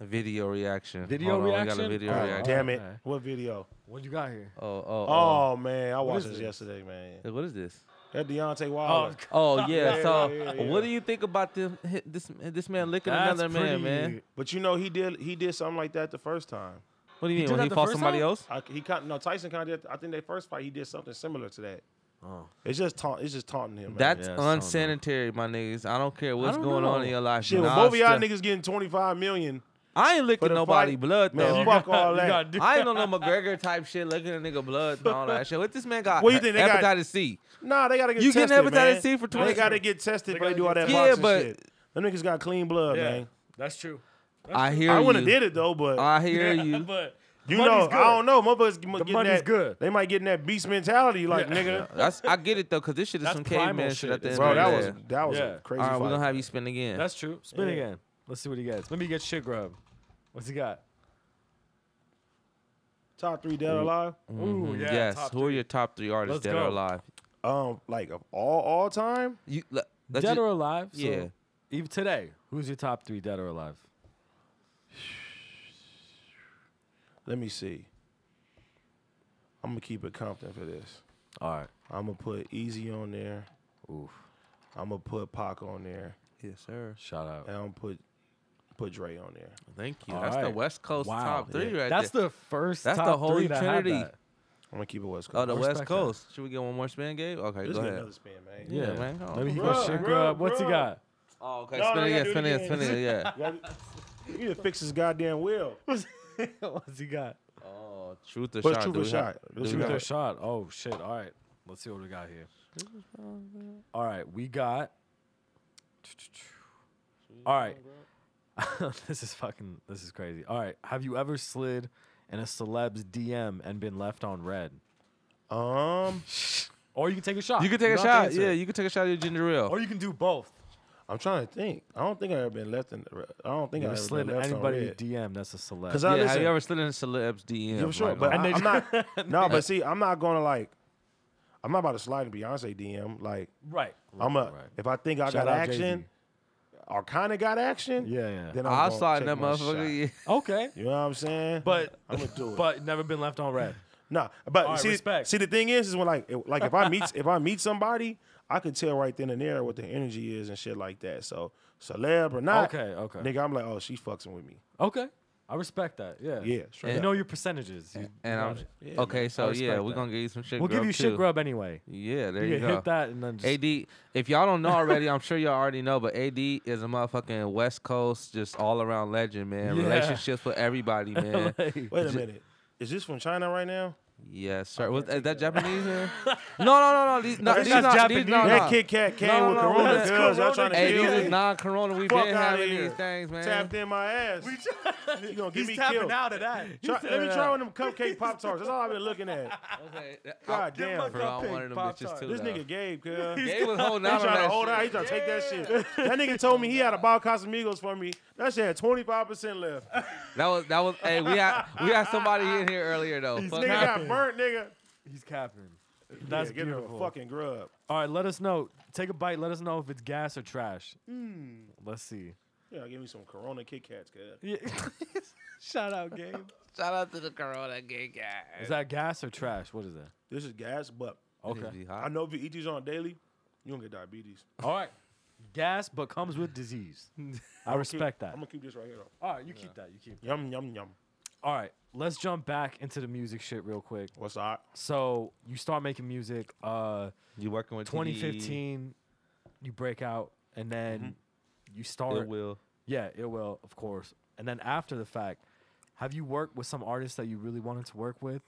S4: video reaction.
S2: Video
S4: Hold on, we got
S2: reaction?
S4: a video
S2: All right,
S3: God
S2: all
S4: reaction.
S3: damn it!
S2: alright.
S3: What video?
S2: What you got here?
S4: Oh, oh, oh.
S3: Oh, man, I watched
S2: Uh, is
S3: this
S2: this?
S3: yesterday, man.
S4: Hey, What is this?
S3: That Deontay Wilder.
S4: Oh yeah.
S3: yeah,
S4: so,
S3: yeah, yeah,
S4: what
S3: yeah.
S4: do you think about this? This this man licking
S2: That's
S4: another man, man.
S2: pretty-
S3: But you know he did he did something like that the first time.
S4: What do you mean?
S2: did
S4: When
S2: that
S4: he
S2: the
S4: fought
S2: first
S4: somebody
S2: time?
S4: else?
S3: I, he kind no Tyson kind of did. I think their first fight he did something similar to that.
S2: Oh.
S3: It's just taunt. It's just taunting him. Man.
S4: That's
S2: Yeah, it's on there.
S4: unsanitary, my niggas. I don't care what's
S2: don't
S4: going on in
S2: know.
S4: your life.
S3: shit.
S4: man.
S3: when
S4: I'll
S3: both of y'all
S4: still-
S3: niggas getting twenty five million,
S4: I ain't licking
S3: the
S4: nobody
S3: fight,
S4: blood
S3: man,
S4: though.
S3: fuck all
S2: You
S3: that.
S2: gotta do-
S4: I ain't on no McGregor type shit, licking a nigga blood and all that shit. What this man got?
S3: What you think they
S4: hepatitis
S3: got-
S4: C.
S3: nah, they gotta get
S4: You getting
S3: tested.
S4: hepatitis
S3: man.
S4: C for
S3: They
S4: 20?
S3: gotta get tested before they
S2: gotta
S3: do all
S2: get
S3: that
S4: tested. Yeah,
S3: boxing
S4: but-
S3: shit. Them niggas got clean blood, man.
S2: that's true.
S4: I hear
S3: I
S4: you.
S3: wouldn't have did it though, but
S4: I hear you.
S2: But
S3: you
S2: money's
S3: know,
S2: good.
S3: I don't know. Motherfuckers get- getting
S2: money's
S3: that
S2: good.
S3: They might get in that beast mentality, like nigga.
S4: That's, I get it though, cause this shit is
S2: That's
S4: some
S2: primal
S4: caveman shit.
S2: shit.
S4: At the end
S3: Bro,
S4: of the
S3: that
S4: day.
S3: was that was
S2: Yeah.
S3: a crazy
S4: All right, we're
S3: fight.
S4: gonna have you spin again.
S2: That's true. Spin
S3: Yeah.
S2: again. Let's see what he gets. Let me get shit grub. What's he got?
S3: Top three
S4: Mm-hmm.
S3: dead or alive.
S2: Ooh, yeah.
S4: yes.
S2: top
S4: Who are
S2: three.
S4: your top three artists,
S2: Let's
S4: dead or
S2: go.
S4: alive?
S3: Um, like of all all time.
S4: You le- let's
S2: dead
S4: ju-
S2: or alive? So
S4: Yeah.
S2: Even today, who's your top three dead or alive?
S3: Let me see. I'm gonna keep it Compton for this.
S2: All right.
S3: I'm gonna put Easy on there.
S2: Oof.
S3: I'm gonna put Pac on there,
S4: yes, sir.
S2: Shout
S4: Oh.
S2: out.
S3: and I'm gonna put put Dre on there.
S4: Thank you.
S2: All
S4: That's the
S2: right.
S4: West Coast
S2: Wow.
S4: top three right
S2: That's
S4: there.
S2: the first.
S4: That's the
S2: top
S4: Holy
S2: three that had
S4: Trinity.
S2: that.
S3: I'm gonna keep it West Coast.
S4: Oh, the
S2: I
S4: West
S2: respect that.
S4: Coast. Should we get one more spin, Gabe? Okay,
S3: Let's
S4: go
S3: get
S4: ahead.
S3: another spin, man.
S2: Yeah,
S4: Yeah, man. Come on.
S2: Let me get
S3: Bruh,
S2: shit
S3: bruh,
S2: grub. What's he
S3: bruh.
S2: got?
S4: Oh, okay.
S3: No,
S4: spin
S3: no,
S4: it
S3: you
S4: again.
S3: gotta
S4: Spin
S3: do
S4: it
S3: it
S4: again. Spin it again.
S3: You need to fix this goddamn wheel.
S2: What's he got?
S4: Oh, truth or
S3: What's truth
S4: shot? Do
S3: or
S4: we have-
S3: shot?
S4: do
S3: Let's
S4: we
S3: go.
S2: Shoot
S4: have-
S2: their shot. Oh shit! All right, let's see what we got here. All right, we got. All right, this is fucking. This is crazy. All right, have you ever slid in a celeb's DM and been left on red?
S3: Um,
S2: Or you can take a shot.
S4: You can take a
S2: don't have to
S4: shot.
S2: answer
S4: Yeah,
S2: it.
S4: you can take a shot of your ginger ale.
S2: Or you can do both.
S3: I'm trying to think. I don't think I've ever been left in. The, I don't think
S2: You
S3: I've
S2: ever
S3: ever
S2: slid
S3: been
S2: in
S3: left
S2: anyboody
S3: on red.
S2: DM that's a celeb?
S3: Cause
S4: Yeah,
S3: I
S4: have
S3: listen,
S4: you ever slid in a celeb's DM?
S3: yeah, for sure,
S4: Like,
S3: but
S4: oh,
S3: I,
S2: they
S3: am not. no, but see, I'm not gonna like. I'm not about to slide in Beyonce DM. Like,
S2: right.
S3: I'm a.
S2: right.
S3: If I think I
S2: Shout
S3: got
S2: out Jay-Z.
S3: action, or kind of got action,
S2: Yeah, yeah.
S3: Then I'm
S4: I'll
S3: gonna
S4: slide in
S3: take
S4: that
S3: my shot.
S4: motherfucker. yeah.
S2: Okay,
S3: You know what I'm saying?
S2: but
S3: I'm gonna do it.
S2: but never been left on red.
S3: Nah, but
S2: All right,
S3: see,
S2: respect.
S3: see, the thing is, is when like, it- like if I meet if I meet somebody, I could tell right then and there what the energy is and shit like that. So celeb or not,
S2: Okay, okay.
S3: nigga, I'm like, oh, she fucking with me.
S2: Okay, I respect that. Yeah,
S3: Yeah, straight
S2: You
S3: up.
S2: know your percentages. You,
S4: And
S2: you
S4: I'm
S2: got it.
S3: Yeah,
S4: okay. So yeah,
S2: respect
S4: we're
S2: that.
S4: gonna give you some shit.
S2: We'll give you shit
S4: too.
S2: grub anyway.
S4: Yeah, there
S2: You
S4: you
S2: can
S4: go.
S2: hit that and then just
S4: AD, if y'all don't know already, I'm sure y'all already know, but AD is a motherfucking West Coast, just all around legend, man.
S2: Yeah.
S4: Relationships with everybody, man.
S2: Like,
S3: Wait a minute, is this from China right now?
S4: Yes, sir. Was is that Japanese? man? no, no, no, no. These, no,
S2: That's
S4: these
S2: not
S4: not These,
S2: Japanese.
S4: no,
S3: that
S4: no.
S3: Kit Kat came
S4: No,
S3: with
S4: no,
S3: Corona.
S4: that's
S3: girls. Y'all
S2: Corona.
S3: trying to
S4: Hey,
S3: kill
S4: these
S3: me.
S4: is non-corona. We've
S3: Fuck
S4: been
S3: outta
S4: having
S3: here.
S4: these things, man.
S3: Tapped in my ass. You gonna get
S2: He's
S3: me
S2: tapping
S3: killed?
S2: out of that.
S3: Try, let me try one of them cupcake pop tarts. That's all I've been looking at.
S4: Okay. uh,
S3: God
S2: Give him
S3: damn,
S2: a
S4: Bro, I
S2: Cupcake
S4: wanted them
S2: Pop
S4: bitches
S2: Tart.
S4: too.
S3: This
S4: though.
S3: nigga Gabe, cuz.
S4: They was
S3: He
S4: holding
S3: trying
S4: out on
S3: to
S4: that
S3: hold out. He
S4: shit.
S3: trying to take that shit. That nigga told me he had a bottle Casamigos for me. That shit had 25% left.
S4: That was that was. Hey, we had we had somebody in here earlier though. Fuck
S3: nigga
S4: that.
S3: got burnt, nigga.
S2: He's capping. That's
S3: yeah, give him
S2: beautiful.
S3: a fucking grub.
S2: All right, let us know. Take a bite. Let us know if it's gas or trash.
S3: Hmm.
S2: Let's see.
S3: Yeah, give me some Corona Kit Kats, cuz.
S2: Shout out, Gabe.
S4: Shout out to the Corona gay guy.
S2: Is that gas or trash? What is that?
S3: This is gas, but
S2: Okay.
S3: I know if you eat these on a daily, you don't get diabetes.
S2: All right. Gas, but comes with disease. I respect
S3: I'm
S2: that.
S3: gonna keep this right here though.
S2: All right, you keep that. You keep.
S3: Yum yum yum.
S2: All right, let's jump back into the music shit real quick.
S3: What's up?
S2: So you start making music. Uh,
S4: You working with
S2: 2015, you break out, and then you start.
S4: It will.
S2: Yeah, it will, of course. And then after the fact, have you worked with some artists that you really wanted to work with?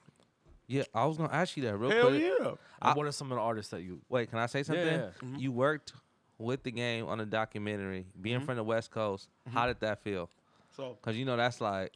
S4: Yeah, I was gonna ask you that real
S3: Hell
S4: quick.
S3: yeah.
S2: And
S4: I-
S2: what are some of the artists that you?
S4: Wait, can I say something?
S2: yeah.
S4: You worked with the game on a documentary. Being from the West Coast, how did that feel?
S3: So
S4: Cause you know that's like,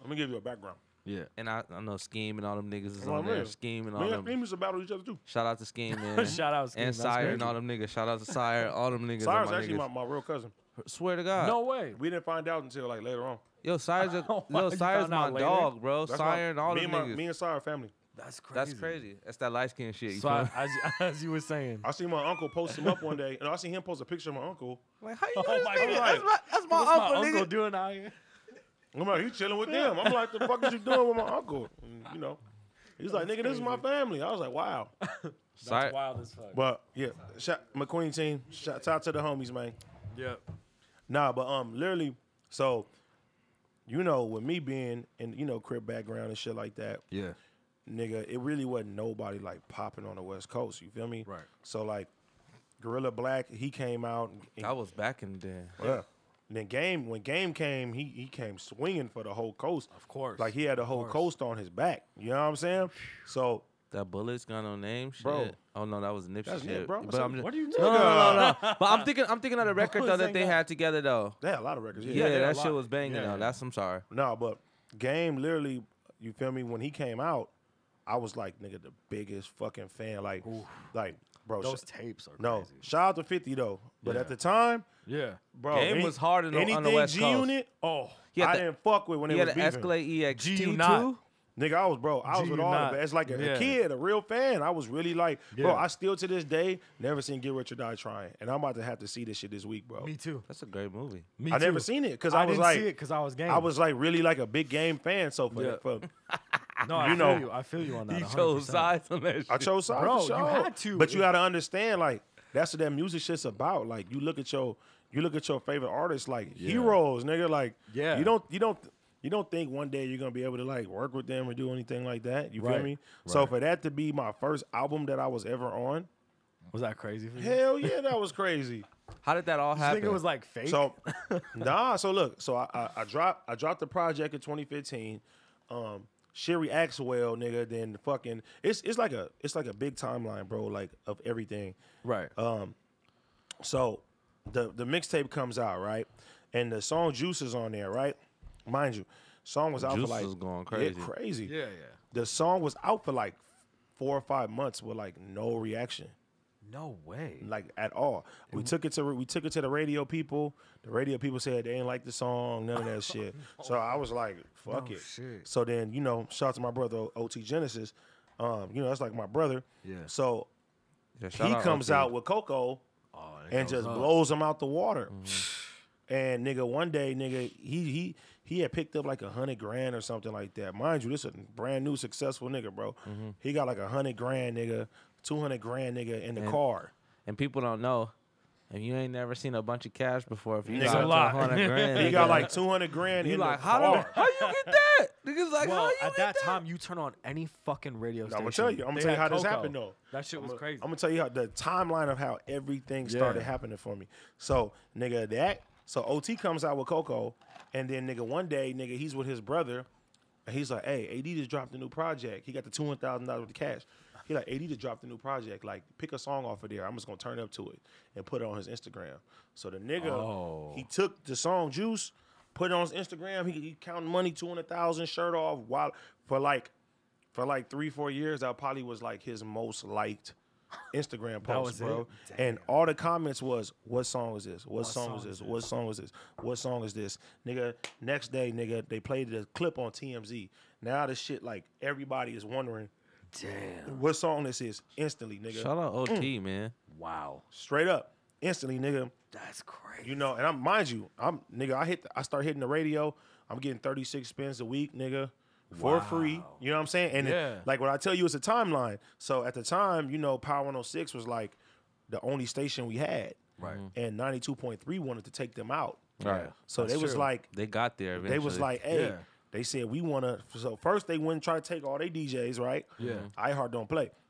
S3: let me give you a background.
S2: Yeah.
S4: and I, I know Scheme and all them niggas is
S3: Well,
S4: on there.
S3: man.
S4: Scheme and all
S3: Man,
S4: them.
S3: them used to battle each other too.
S4: Shout out to Scheme man.
S2: Shout out Scheme,
S4: and
S2: that's
S4: Sire and
S2: crazy.
S4: all them niggas. Shout out to Sire, all them niggas. are
S3: Cyrus
S4: my
S3: actually
S4: niggas.
S3: my, my real cousin.
S4: Swear to God.
S2: No way.
S3: We didn't find out until like later on.
S4: Yo, Sire's a,
S2: Wow,
S4: yo,
S2: you
S4: Sire's
S2: found
S4: my
S2: out later?
S4: dog, bro.
S3: That's
S4: Sire
S3: my-
S4: and all
S3: me
S4: them
S3: and my,
S4: niggas.
S3: me and Cyrus family.
S2: That's crazy.
S4: That's crazy. That's that light skin shit. You
S2: So
S4: feel
S2: I,
S4: me?
S2: as, as you were saying,
S3: I seen my uncle post him up one day, and I seen him post a picture of my uncle.
S4: like, how you
S2: Oh
S4: know this
S2: my
S4: nigga?
S2: God.
S4: That's my, that's my
S2: what's
S4: uncle,
S2: my uncle
S4: nigga.
S2: doing out here?
S3: I'm like, he chilling with them. I'm like, the fuck is you doing with my uncle? And, you know, he's like, nigga, this is my family. I was like, wow.
S4: Sire-
S2: wild as fuck.
S3: But yeah, shout, McQueen team, shout out to the homies, man.
S2: Yeah.
S3: Nah, but um, literally, so you know, with me being in you know crib background and shit like that,
S2: Yeah.
S3: nigga, it really wasn't nobody like popping on the West Coast. You feel me?
S2: Right.
S3: So like, Gorilla Black, he came out. And,
S4: That was back in the day.
S3: yeah. And then game when game came, he he came swinging for the whole coast. Of
S2: course.
S3: like he had the whole
S2: course.
S3: coast on his back. You know what I'm saying? So
S4: That bullet's got no name, shit.
S3: Bro.
S4: Oh no, that was Nipsey
S3: That's
S4: shit.
S3: Nip, bro.
S4: But
S3: So
S4: I'm just,
S3: what do you
S4: no, no,
S3: nigga?
S4: no, no, no. But I'm thinking, I'm thinking of the record though
S2: Bullets
S4: that
S2: ain't
S4: they
S2: got-
S4: had together though.
S3: they had a lot of records.
S4: Yeah,
S2: they had
S4: that
S2: a
S4: shit
S2: lot.
S4: was banging
S2: Yeah,
S4: though.
S2: yeah.
S4: That's I'm sorry.
S3: No, but Game literally, you feel me? When he came out, I was like, nigga, the biggest fucking fan. Like, like, bro,
S2: Those
S3: sh-
S2: tapes are
S3: no.
S2: crazy.
S3: Shout out to Fifty though, but
S2: Yeah.
S3: at the time,
S2: Yeah.
S3: bro,
S4: Game was hard on the- on the
S3: anything
S4: West Coast.
S3: G-Unit,
S2: Oh.
S4: He had
S3: I
S4: the-
S3: didn't fuck with when
S4: He
S3: it
S4: had
S3: was
S4: an
S3: beefing.
S4: Escalade E EXT
S2: G
S4: too.
S2: not.
S3: Nigga, I was bro. I was with all
S2: G-Unit.
S3: of it. It's like a, a
S2: Yeah.
S3: kid, a real fan. I was really like, bro.
S2: Yeah.
S3: I still to this day never seen Get Rich or Die Trying, and I'm about to have to see this shit this week, bro.
S2: Me too.
S4: That's a great movie.
S2: Me
S3: I never
S2: too.
S3: seen it because
S2: I,
S3: I, was
S2: didn't
S3: like,
S2: see it because I was game.
S3: I was like really like a big game fan. So for,
S2: Yeah.
S3: for
S2: No, I
S3: you
S2: feel
S3: know.
S2: you. I feel you on that.
S4: He
S2: 100%.
S4: chose sides on that shit.
S3: I chose sides.
S2: Bro,
S3: for
S2: you
S3: sure.
S2: had to.
S3: But you got to understand, like that's what that music shit's about. Like you look at your, you look at your favorite artists, like heroes, nigga. Like
S2: Yeah.
S3: you don't, you don't, you don't think one day you're gonna be able to like work with them or do anything like that. You
S2: Right.
S3: feel me? So
S2: Right.
S3: for that to be my first album that I was ever on,
S2: Was that crazy for you?
S3: hell yeah, that was crazy.
S4: How did that all
S2: I
S4: happen?
S2: think it was like fake.
S3: So nah, so look, so I, I I dropped I dropped the project in 2015. Um Sherry Axwell, nigga, then fucking it's it's like a it's like a big timeline, bro, like of everything.
S2: right.
S3: So the the mixtape comes out, right? And the song Juice is on there, right? Mind you, song was out
S4: Juice
S3: for like
S4: was going
S3: Yeah,
S4: crazy.
S3: crazy.
S2: yeah, yeah.
S3: The song was out for like four or five months with like no reaction
S2: No way.
S3: like at all. We took it to we took it to the radio people. The radio people said they ain't like the song, none of that shit. So I was like, fuck
S2: No
S3: it.
S2: shit.
S3: So then you know, shout out to my brother OT Genesis. Um, you know that's like my brother.
S2: Yeah.
S3: So
S4: Yeah, shout
S3: he
S4: out
S3: comes
S4: OT.
S3: out with Coco
S2: Oh, it
S3: and
S2: goes
S3: just
S2: up.
S3: blows him out the water.
S4: Mm-hmm.
S3: And nigga, one day, nigga, he he he had picked up like a hundred grand or something like that. Mind you, this is a brand new successful nigga, bro.
S4: Mm-hmm.
S3: He got like a hundred grand, nigga, two hundred grand, nigga, in the car.
S4: and people don't know. If you ain't never seen a bunch of cash before, if you
S3: Nigga,
S4: got
S3: a
S4: up to
S2: lot.
S4: 100 grand,
S3: He
S4: nigga,
S3: got like two hundred grand
S4: you
S3: in
S4: like
S3: the
S4: how
S3: car.
S4: do how you get that? Niggas like how
S2: Well,
S4: you
S2: at
S4: get
S2: that time, you turn on any fucking radio
S3: I'm
S2: station.
S3: gonna tell you. I'm gonna
S2: they
S3: tell you
S2: had
S3: how this
S2: Coco.
S3: happened though.
S2: That shit was crazy.
S3: I'm gonna tell you how the timeline of how everything started
S2: Yeah.
S3: happening for me. So nigga, that so OT comes out with Coco, and then nigga one day nigga he's with his brother, And he's like, hey, AD just dropped a new project. He got the two hundred thousand dollars with cash. He like, AD just dropped a new project. Like, pick a song off of there. I'm just gonna turn up to it and put it on his Instagram. So the nigga,
S2: Oh.
S3: he took the song Juice, put it on his Instagram. He, he counting money, two hundred thousand, shirt off, while for like, for like three four years. That probably was like his most liked Instagram post,
S2: was
S3: bro.
S2: it?
S3: And all the comments was, "What song is this? What, song, is this? What song is this? What song is this?" Nigga, next day, nigga, they played the clip on TMZ. Now this shit, like everybody is wondering,
S2: Damn.
S3: what song this is? Instantly, nigga,
S4: Shout out OT,
S3: Mm.
S4: man.
S2: Wow.
S3: straight up, instantly, nigga.
S2: That's crazy.
S3: You know, and I'm mind you, I'm nigga. I hit, the, I start hitting the radio. I'm getting 36 spins a week, nigga, for free. You know what I'm saying? And it-
S4: Yeah.
S3: like when I tell you, it's a timeline. So at the time, you know, Power 106 was like the only station we had,
S2: Right.
S3: and 92.3 wanted to take them out.
S4: Right.
S3: So they was
S2: true.
S3: like,
S4: They got there eventually.
S3: they was like, hey,
S2: Yeah.
S3: they said we want to. So first they went and tried to take all their DJs, right?
S2: Yeah.
S3: iHeart don't play.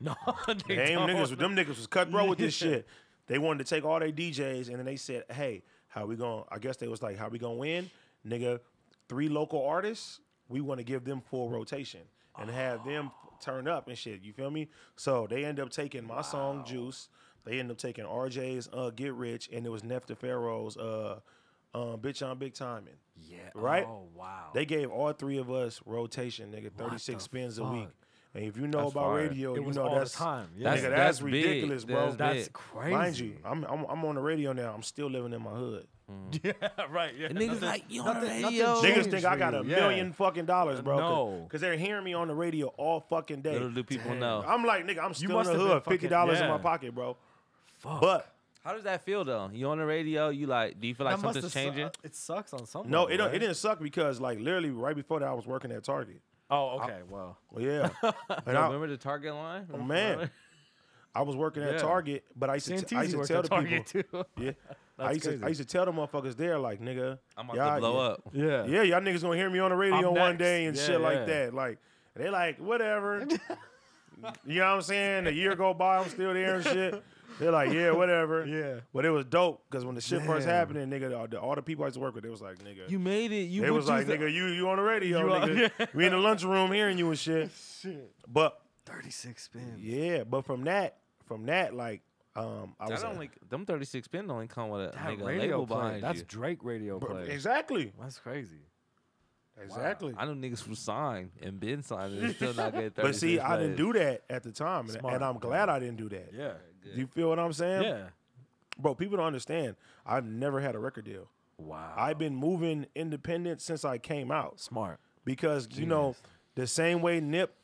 S2: No, they
S3: Damn
S2: don't.
S3: niggas, them niggas was cutthroat with this shit. They wanted to take all their DJs, and then they said, "Hey, how we going?" I guess they was like, "How we gonna win, nigga? Three local artists. We want to give them full rotation and have them
S2: Oh.
S3: f- turn up and shit. You feel me? So they end up taking my song Juice. They end up taking RJ's uh, Get Rich, and it was Nef Pharaoh's uh, um, Bitch on Big Timing.
S2: Yeah.
S3: Right?
S2: Oh wow.
S3: They gave all three of us rotation, nigga, thirty
S2: the
S3: six spins
S2: fuck?
S3: a week. And if you know
S4: That's
S3: about
S4: fire.
S3: radio,
S2: it
S3: you
S2: was
S3: know
S2: all
S3: that's
S2: the time. Yeah.
S3: Nigga,
S4: That's,
S2: That's,
S3: that's
S4: big.
S3: ridiculous, bro.
S4: That's big.
S2: crazy.
S3: Mind you, I'm, I'm I'm on the radio now. I'm still living in my hood.
S2: Yeah. Right. Yeah.
S4: And niggas like, you on the
S2: nothing- nothing
S4: radio.
S2: changed.
S3: Niggas think I got a
S2: Yeah.
S3: million fucking dollars, bro.
S2: No.
S3: because they're hearing me on the radio all fucking day.
S4: Little do people know.
S3: I'm like, nigga, I'm still in
S2: must
S3: the
S2: have
S3: hood.
S2: been
S3: Fifty
S2: fucking-
S3: dollars in
S2: yeah.
S3: my pocket, bro.
S2: Fuck.
S3: But
S4: How does that feel though? You on the radio? You like? Do you feel like
S2: That must
S4: something's
S2: have su-
S4: changing?
S3: uh,
S2: it sucks on some.
S3: no,
S2: level,
S3: it don't,
S2: right?
S3: it didn't suck because like literally right before that, I was working at Target.
S2: Oh, okay. Well,
S3: Well, yeah, and I,
S4: Remember the Target line?
S3: oh, man, I was working at
S2: Yeah.
S3: Target, but I used to, t- I
S2: Santisi
S3: used to
S2: worked
S3: tell
S2: at
S3: the
S2: Target
S3: people,
S2: too.
S3: yeah, I
S2: That's
S3: used to
S2: crazy.
S3: I used to tell the motherfuckers there like, nigga,
S4: I'm about
S3: y'all-
S4: to blow
S3: yeah.
S4: up.
S2: Yeah.
S3: Yeah, y'all niggas gonna hear me on the radio
S2: I'm
S3: one
S2: next.
S3: day and
S2: Yeah,
S3: shit
S2: yeah.
S3: like that. Like they like whatever. you know what I'm saying? A year go by, I'm still there and shit. They're like, yeah, whatever.
S2: Yeah.
S3: But it was dope because when the shit first
S2: Damn.
S3: happened, and nigga, all the, all the people I used to work with, it was like, nigga,
S4: You made it. You
S3: it
S4: what
S3: was
S4: you
S3: like,
S4: said-
S3: nigga, you you on the radio,
S2: You are-
S3: nigga. We in the lunchroom hearing you and shit.
S2: Shit.
S3: But
S2: Thirty-six spins.
S3: yeah, but from that, from that, like, um, I was
S4: That
S3: like,
S4: only them 36 pin don't even come with a
S2: That
S4: nigga
S2: radio
S4: label
S2: play.
S4: behind
S2: That's
S4: you.
S2: Drake radio play.
S3: exactly,
S2: That's crazy.
S3: exactly.
S4: I know niggas who signed and been signed and still not get 36
S3: But see, I didn't
S4: plays.
S3: do that at the time, and,
S2: Smart.
S3: and I'm glad I didn't do that.
S2: Yeah.
S3: Do you feel what I'm saying?
S2: Yeah.
S3: Bro, people don't understand. I've never had a record deal.
S2: Wow.
S3: I've been moving independent since I came out
S2: smart.
S3: because you know the same way Nip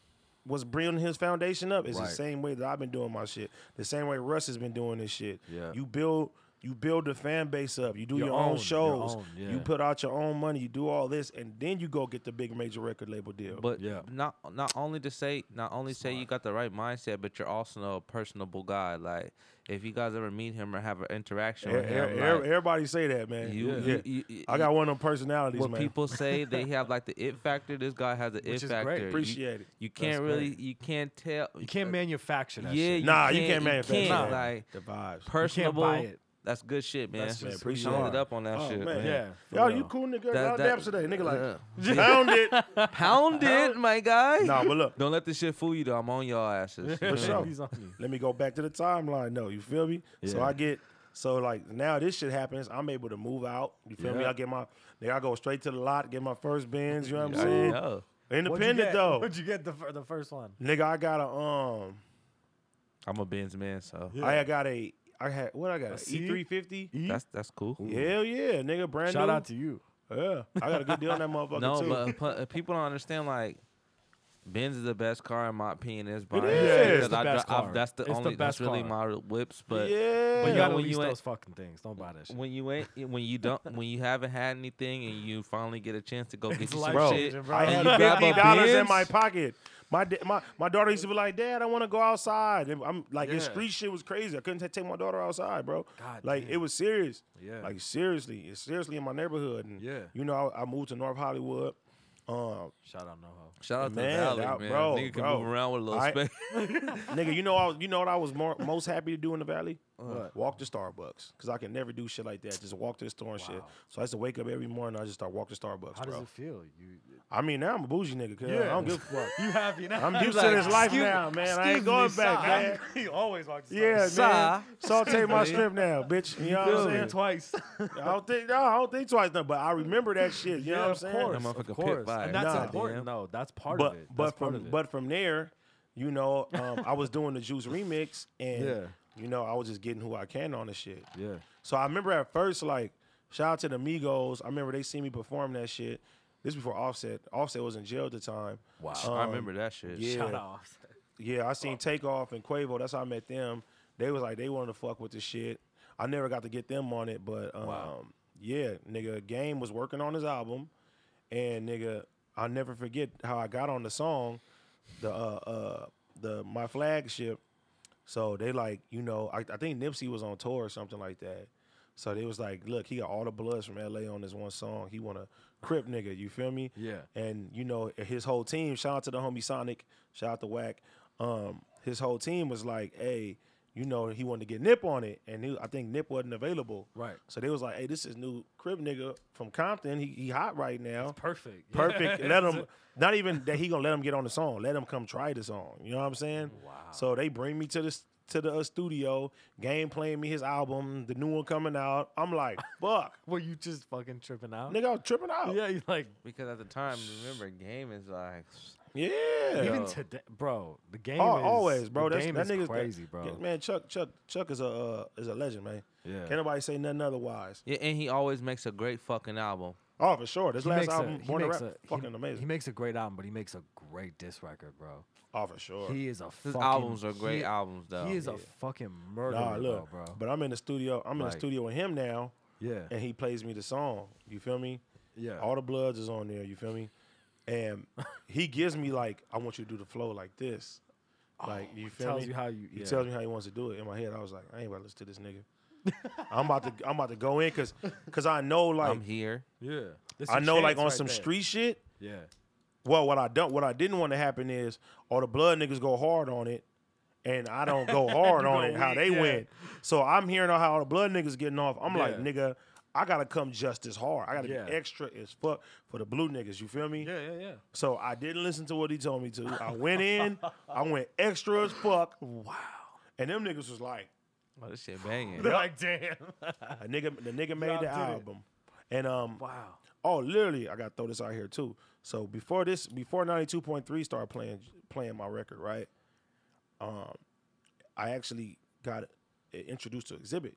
S3: was bringing his foundation up is
S2: Right.
S3: the same way that I've been doing my shit. The same way Russ has been doing this shit.
S2: Yeah.
S3: You build you build the fan base up. You do your,
S2: Your
S3: own,
S2: own, your
S3: shows.
S2: own, yeah.
S3: You put out your own money. You do all this, and then you go get the big major record label deal.
S4: But
S2: Yeah.
S4: not not only to say not only say you got the right mindset, but you're also a personable guy. Like if you guys ever meet him or have an interaction
S3: E- e-
S4: with him,
S3: e-
S4: like,
S3: everybody say that, man.
S4: you,
S3: Yeah.
S4: you, you, you-
S3: I got one of them personalities,
S4: what
S3: man.
S4: people say they have like the it factor. This guy has the it
S2: Which is great.
S4: factor. You-
S3: Appreciate it.
S4: You can't
S2: great.
S4: really you can't tell Uh,
S2: You can't manufacture that
S4: yeah,
S2: shit.
S4: you
S3: nah, you
S4: can't-
S3: can't
S4: you
S3: manufacture
S4: can't,
S3: that.
S4: like-
S3: the vibes.
S4: personable.
S2: it.
S4: That's good shit, man.
S2: That's just
S3: who you
S4: Pound it
S3: are.
S4: up on that
S3: Oh,
S4: shit,
S3: man.
S4: man.
S2: Yeah. for
S3: Yo,
S2: real.
S3: you cool nigga.
S4: That-
S3: Y'all
S4: that-
S3: daps today, nigga. Like,
S4: Yeah.
S3: pound it.
S4: Pound it, my guy.
S3: Nah, but look,
S4: Don't let this shit fool you though. I'm on y'all asses.
S3: for sure.
S2: He's on you.
S3: Let me go back to the timeline. No, you feel me? So
S2: Yeah.
S3: I get so like now this shit happens. I'm able to move out. You feel me?
S2: Yeah.
S3: I get my nigga. I go straight to the lot, get my first bins. You know what I'm
S4: I
S3: saying?
S4: know.
S2: What'd you
S3: Independent
S2: get?
S3: though,
S2: What'd you get the fir- the first one?
S3: nigga. I got a um.
S4: I'm a Benz man, so
S3: I got a. I had what I got a
S2: C?
S3: E350.
S4: that's that's cool.
S3: Hell yeah, nigga, brand
S2: Shout
S3: new.
S2: out to you.
S3: yeah, I got a good deal on that motherfucker
S4: No,
S3: too.
S4: but pu- uh, people don't understand like. Benz is the best car in my opinion. It's Brian.
S3: is.
S4: said,
S3: It's
S4: 'cause
S2: the
S4: I
S2: best
S4: dri- I've-
S2: car.
S4: That's the
S2: It's the
S4: only. that's
S2: best
S4: really
S2: car.
S4: my whips.
S2: But
S3: yeah,
S4: But
S2: you
S4: Yeah,
S2: gotta
S4: when
S2: lease
S4: you ain't-
S2: those fucking things. Don't buy that shit.
S4: when you ain't, when you don't, when you haven't had anything, and you finally get a chance to go get you some
S2: life
S4: shit,
S2: changing, bro.
S3: I
S4: and
S3: had
S4: you grab
S3: fifty
S4: a
S3: dollars in
S4: Benz,
S3: my pocket. My, da- my my daughter used to be like, "Dad, I want to go outside." And I'm like, and
S2: Yeah.
S3: street shit was crazy. I couldn't ta- take my daughter outside, bro.
S2: God
S3: like
S2: damn.
S3: it was serious.
S2: Yeah.
S3: Like seriously, it's seriously in my neighborhood. And
S2: Yeah.
S3: you know, I, I moved to North Hollywood. Um,
S2: Shout out NoHo.
S4: Shout out to
S3: Man,
S4: the Valley,
S3: that-
S4: man.
S3: bro,
S4: Nigga can
S3: bro.
S4: move around with a little
S3: I-
S4: space.
S3: nigga, you know, I was, you know what I was more, most happy to do in the valley? Uh,
S2: What?
S3: Walk to Starbucks because I can never do shit like that. Just walk to the store and shit. So I used to wake up every morning. I just start walking to Starbucks,
S2: How
S3: bro.
S2: does it feel? You
S3: I mean, now I'm a bougie nigga. Cause I don't give a fuck.
S2: you happy now?
S3: I'm used
S4: like,
S3: to this life
S4: "Excuse-
S3: now, man. I
S4: excuse
S3: ain't going
S4: me,
S3: back,
S4: sir."
S3: man.
S2: you always walk to
S3: Yeah,
S4: Sir.
S3: man. Saute my
S4: Excuse me.
S3: strip now, bitch. You know what I'm
S4: feel me?
S3: saying?
S2: Starbucks. twice.
S3: I don't think no, I don't think twice nothing, but I remember that shit. You know what I'm
S2: of
S3: saying?
S2: course,
S4: That motherfucker
S2: of
S4: pit
S2: course.
S4: fire.
S2: And that's
S3: Nah,
S2: important.
S4: damn.
S2: No, that's part
S3: but
S2: of it.
S3: but
S2: That's part
S3: from
S2: of it.
S3: but from there, you know, um, I was doing the Juice remix, and
S2: Yeah.
S3: you know, I was just getting who I can on the shit.
S2: yeah,
S3: So I remember at first, like, shout out to the Migos. I remember they seen me perform that shit. This before Offset. Offset was in jail at the time.
S2: Wow.
S4: Oh, I
S3: Um,
S4: remember that shit.
S3: yeah.
S2: shout out. Offset.
S3: Yeah, I seen Takeoff and Quavo. That's how I met them. They was like they wanted to fuck with this shit. I never got to get them on it, but um, yeah, nigga, Game was working on his album, and nigga, I'll never forget how I got on the song, the uh, uh the my flagship. So they like you know I, I think Nipsey was on tour or something like that. So they was like, look, he got all the bloods from L.A. on this one song. He want a Crip nigga, you feel me?
S2: Yeah.
S3: and you know his whole team. Shout out to the homie Sonic. Shout out to Whack. Um, his whole team was like, hey, you know, he wanted to get Nip on it, and he, I think Nip wasn't available.
S2: Right.
S3: So they was like, hey, this is new crib nigga from Compton. He, he hot right now.
S2: Perfect. Yeah.
S3: Perfect. let him. Not even that he gonna let him get on the song. Let him come try the song. You know what I'm saying? Wow. So they bring me to the s- to the uh, studio. Game playing me his album. The new one coming out. I'm like, fuck,
S2: Were you just fucking tripping out?
S3: nigga, I was tripping out.
S2: Yeah, you like
S4: Because at the time, remember, game is like
S3: Yeah.
S2: even today, bro. The game
S3: Oh,
S2: is
S3: always, bro.
S2: The
S3: That's,
S2: game
S3: that
S2: is
S3: nigga's
S2: crazy, bro.
S3: Man, Chuck, Chuck, Chuck is a uh, is a legend, man.
S2: Yeah.
S3: Can't nobody say nothing otherwise.
S4: yeah, and he always makes a great fucking album.
S3: Oh, for sure. This
S2: He
S3: last
S2: makes a-
S3: album,
S2: he
S3: Born to
S2: makes
S3: Rap,
S2: a- he-
S3: fucking amazing.
S2: He makes a great album, but he makes a great diss record, bro.
S3: oh, for sure.
S2: He is a
S4: His
S2: fucking,
S4: albums are great
S2: he-
S4: albums, though.
S2: He is a fucking murderer,
S3: nah, look,
S2: bro. bro.
S3: but I'm in the studio. I'm in
S2: Like-
S3: the studio with him now,
S2: Yeah,
S3: and he plays me the song. You feel me?
S2: yeah.
S3: All the Bloods is on there. You feel me? And he gives me like, I want you to do the flow like this. Like you feel
S2: Oh, tells
S3: me?
S2: you how you-
S3: He
S2: yeah.
S3: tells me how he wants to do it. In my head, I was like, I ain't about to listen to this nigga. I'm about to I'm about to go in because because I know like
S4: I'm here.
S2: yeah. This
S3: I
S2: is
S3: know,
S2: Chance
S3: like on
S2: right
S3: some
S2: there.
S3: street shit.
S2: Yeah,
S3: Well, what I don't, what I didn't want to happen is all the blood niggas go hard on it, and I don't go hard
S2: go
S3: on it how
S2: weak,
S3: they
S2: yeah.
S3: went. So I'm hearing how all the blood niggas getting off. I'm like,
S2: Yeah.
S3: nigga, I gotta come just as hard. I gotta
S2: Yeah.
S3: be extra as fuck for the blue niggas. You feel me?
S2: yeah, yeah, yeah.
S3: So I didn't listen to what he told me to. I went in, I went extra as fuck. Wow. And them niggas was like,
S4: Oh, this shit banging.
S2: They're like, damn.
S3: a nigga, the nigga made
S2: did
S3: the
S2: it.
S3: album, and um,
S2: wow.
S3: Oh, literally, I gotta throw this out here too. So before this, before ninety two point three started playing playing my record, right? Um, I actually got introduced to Exhibit.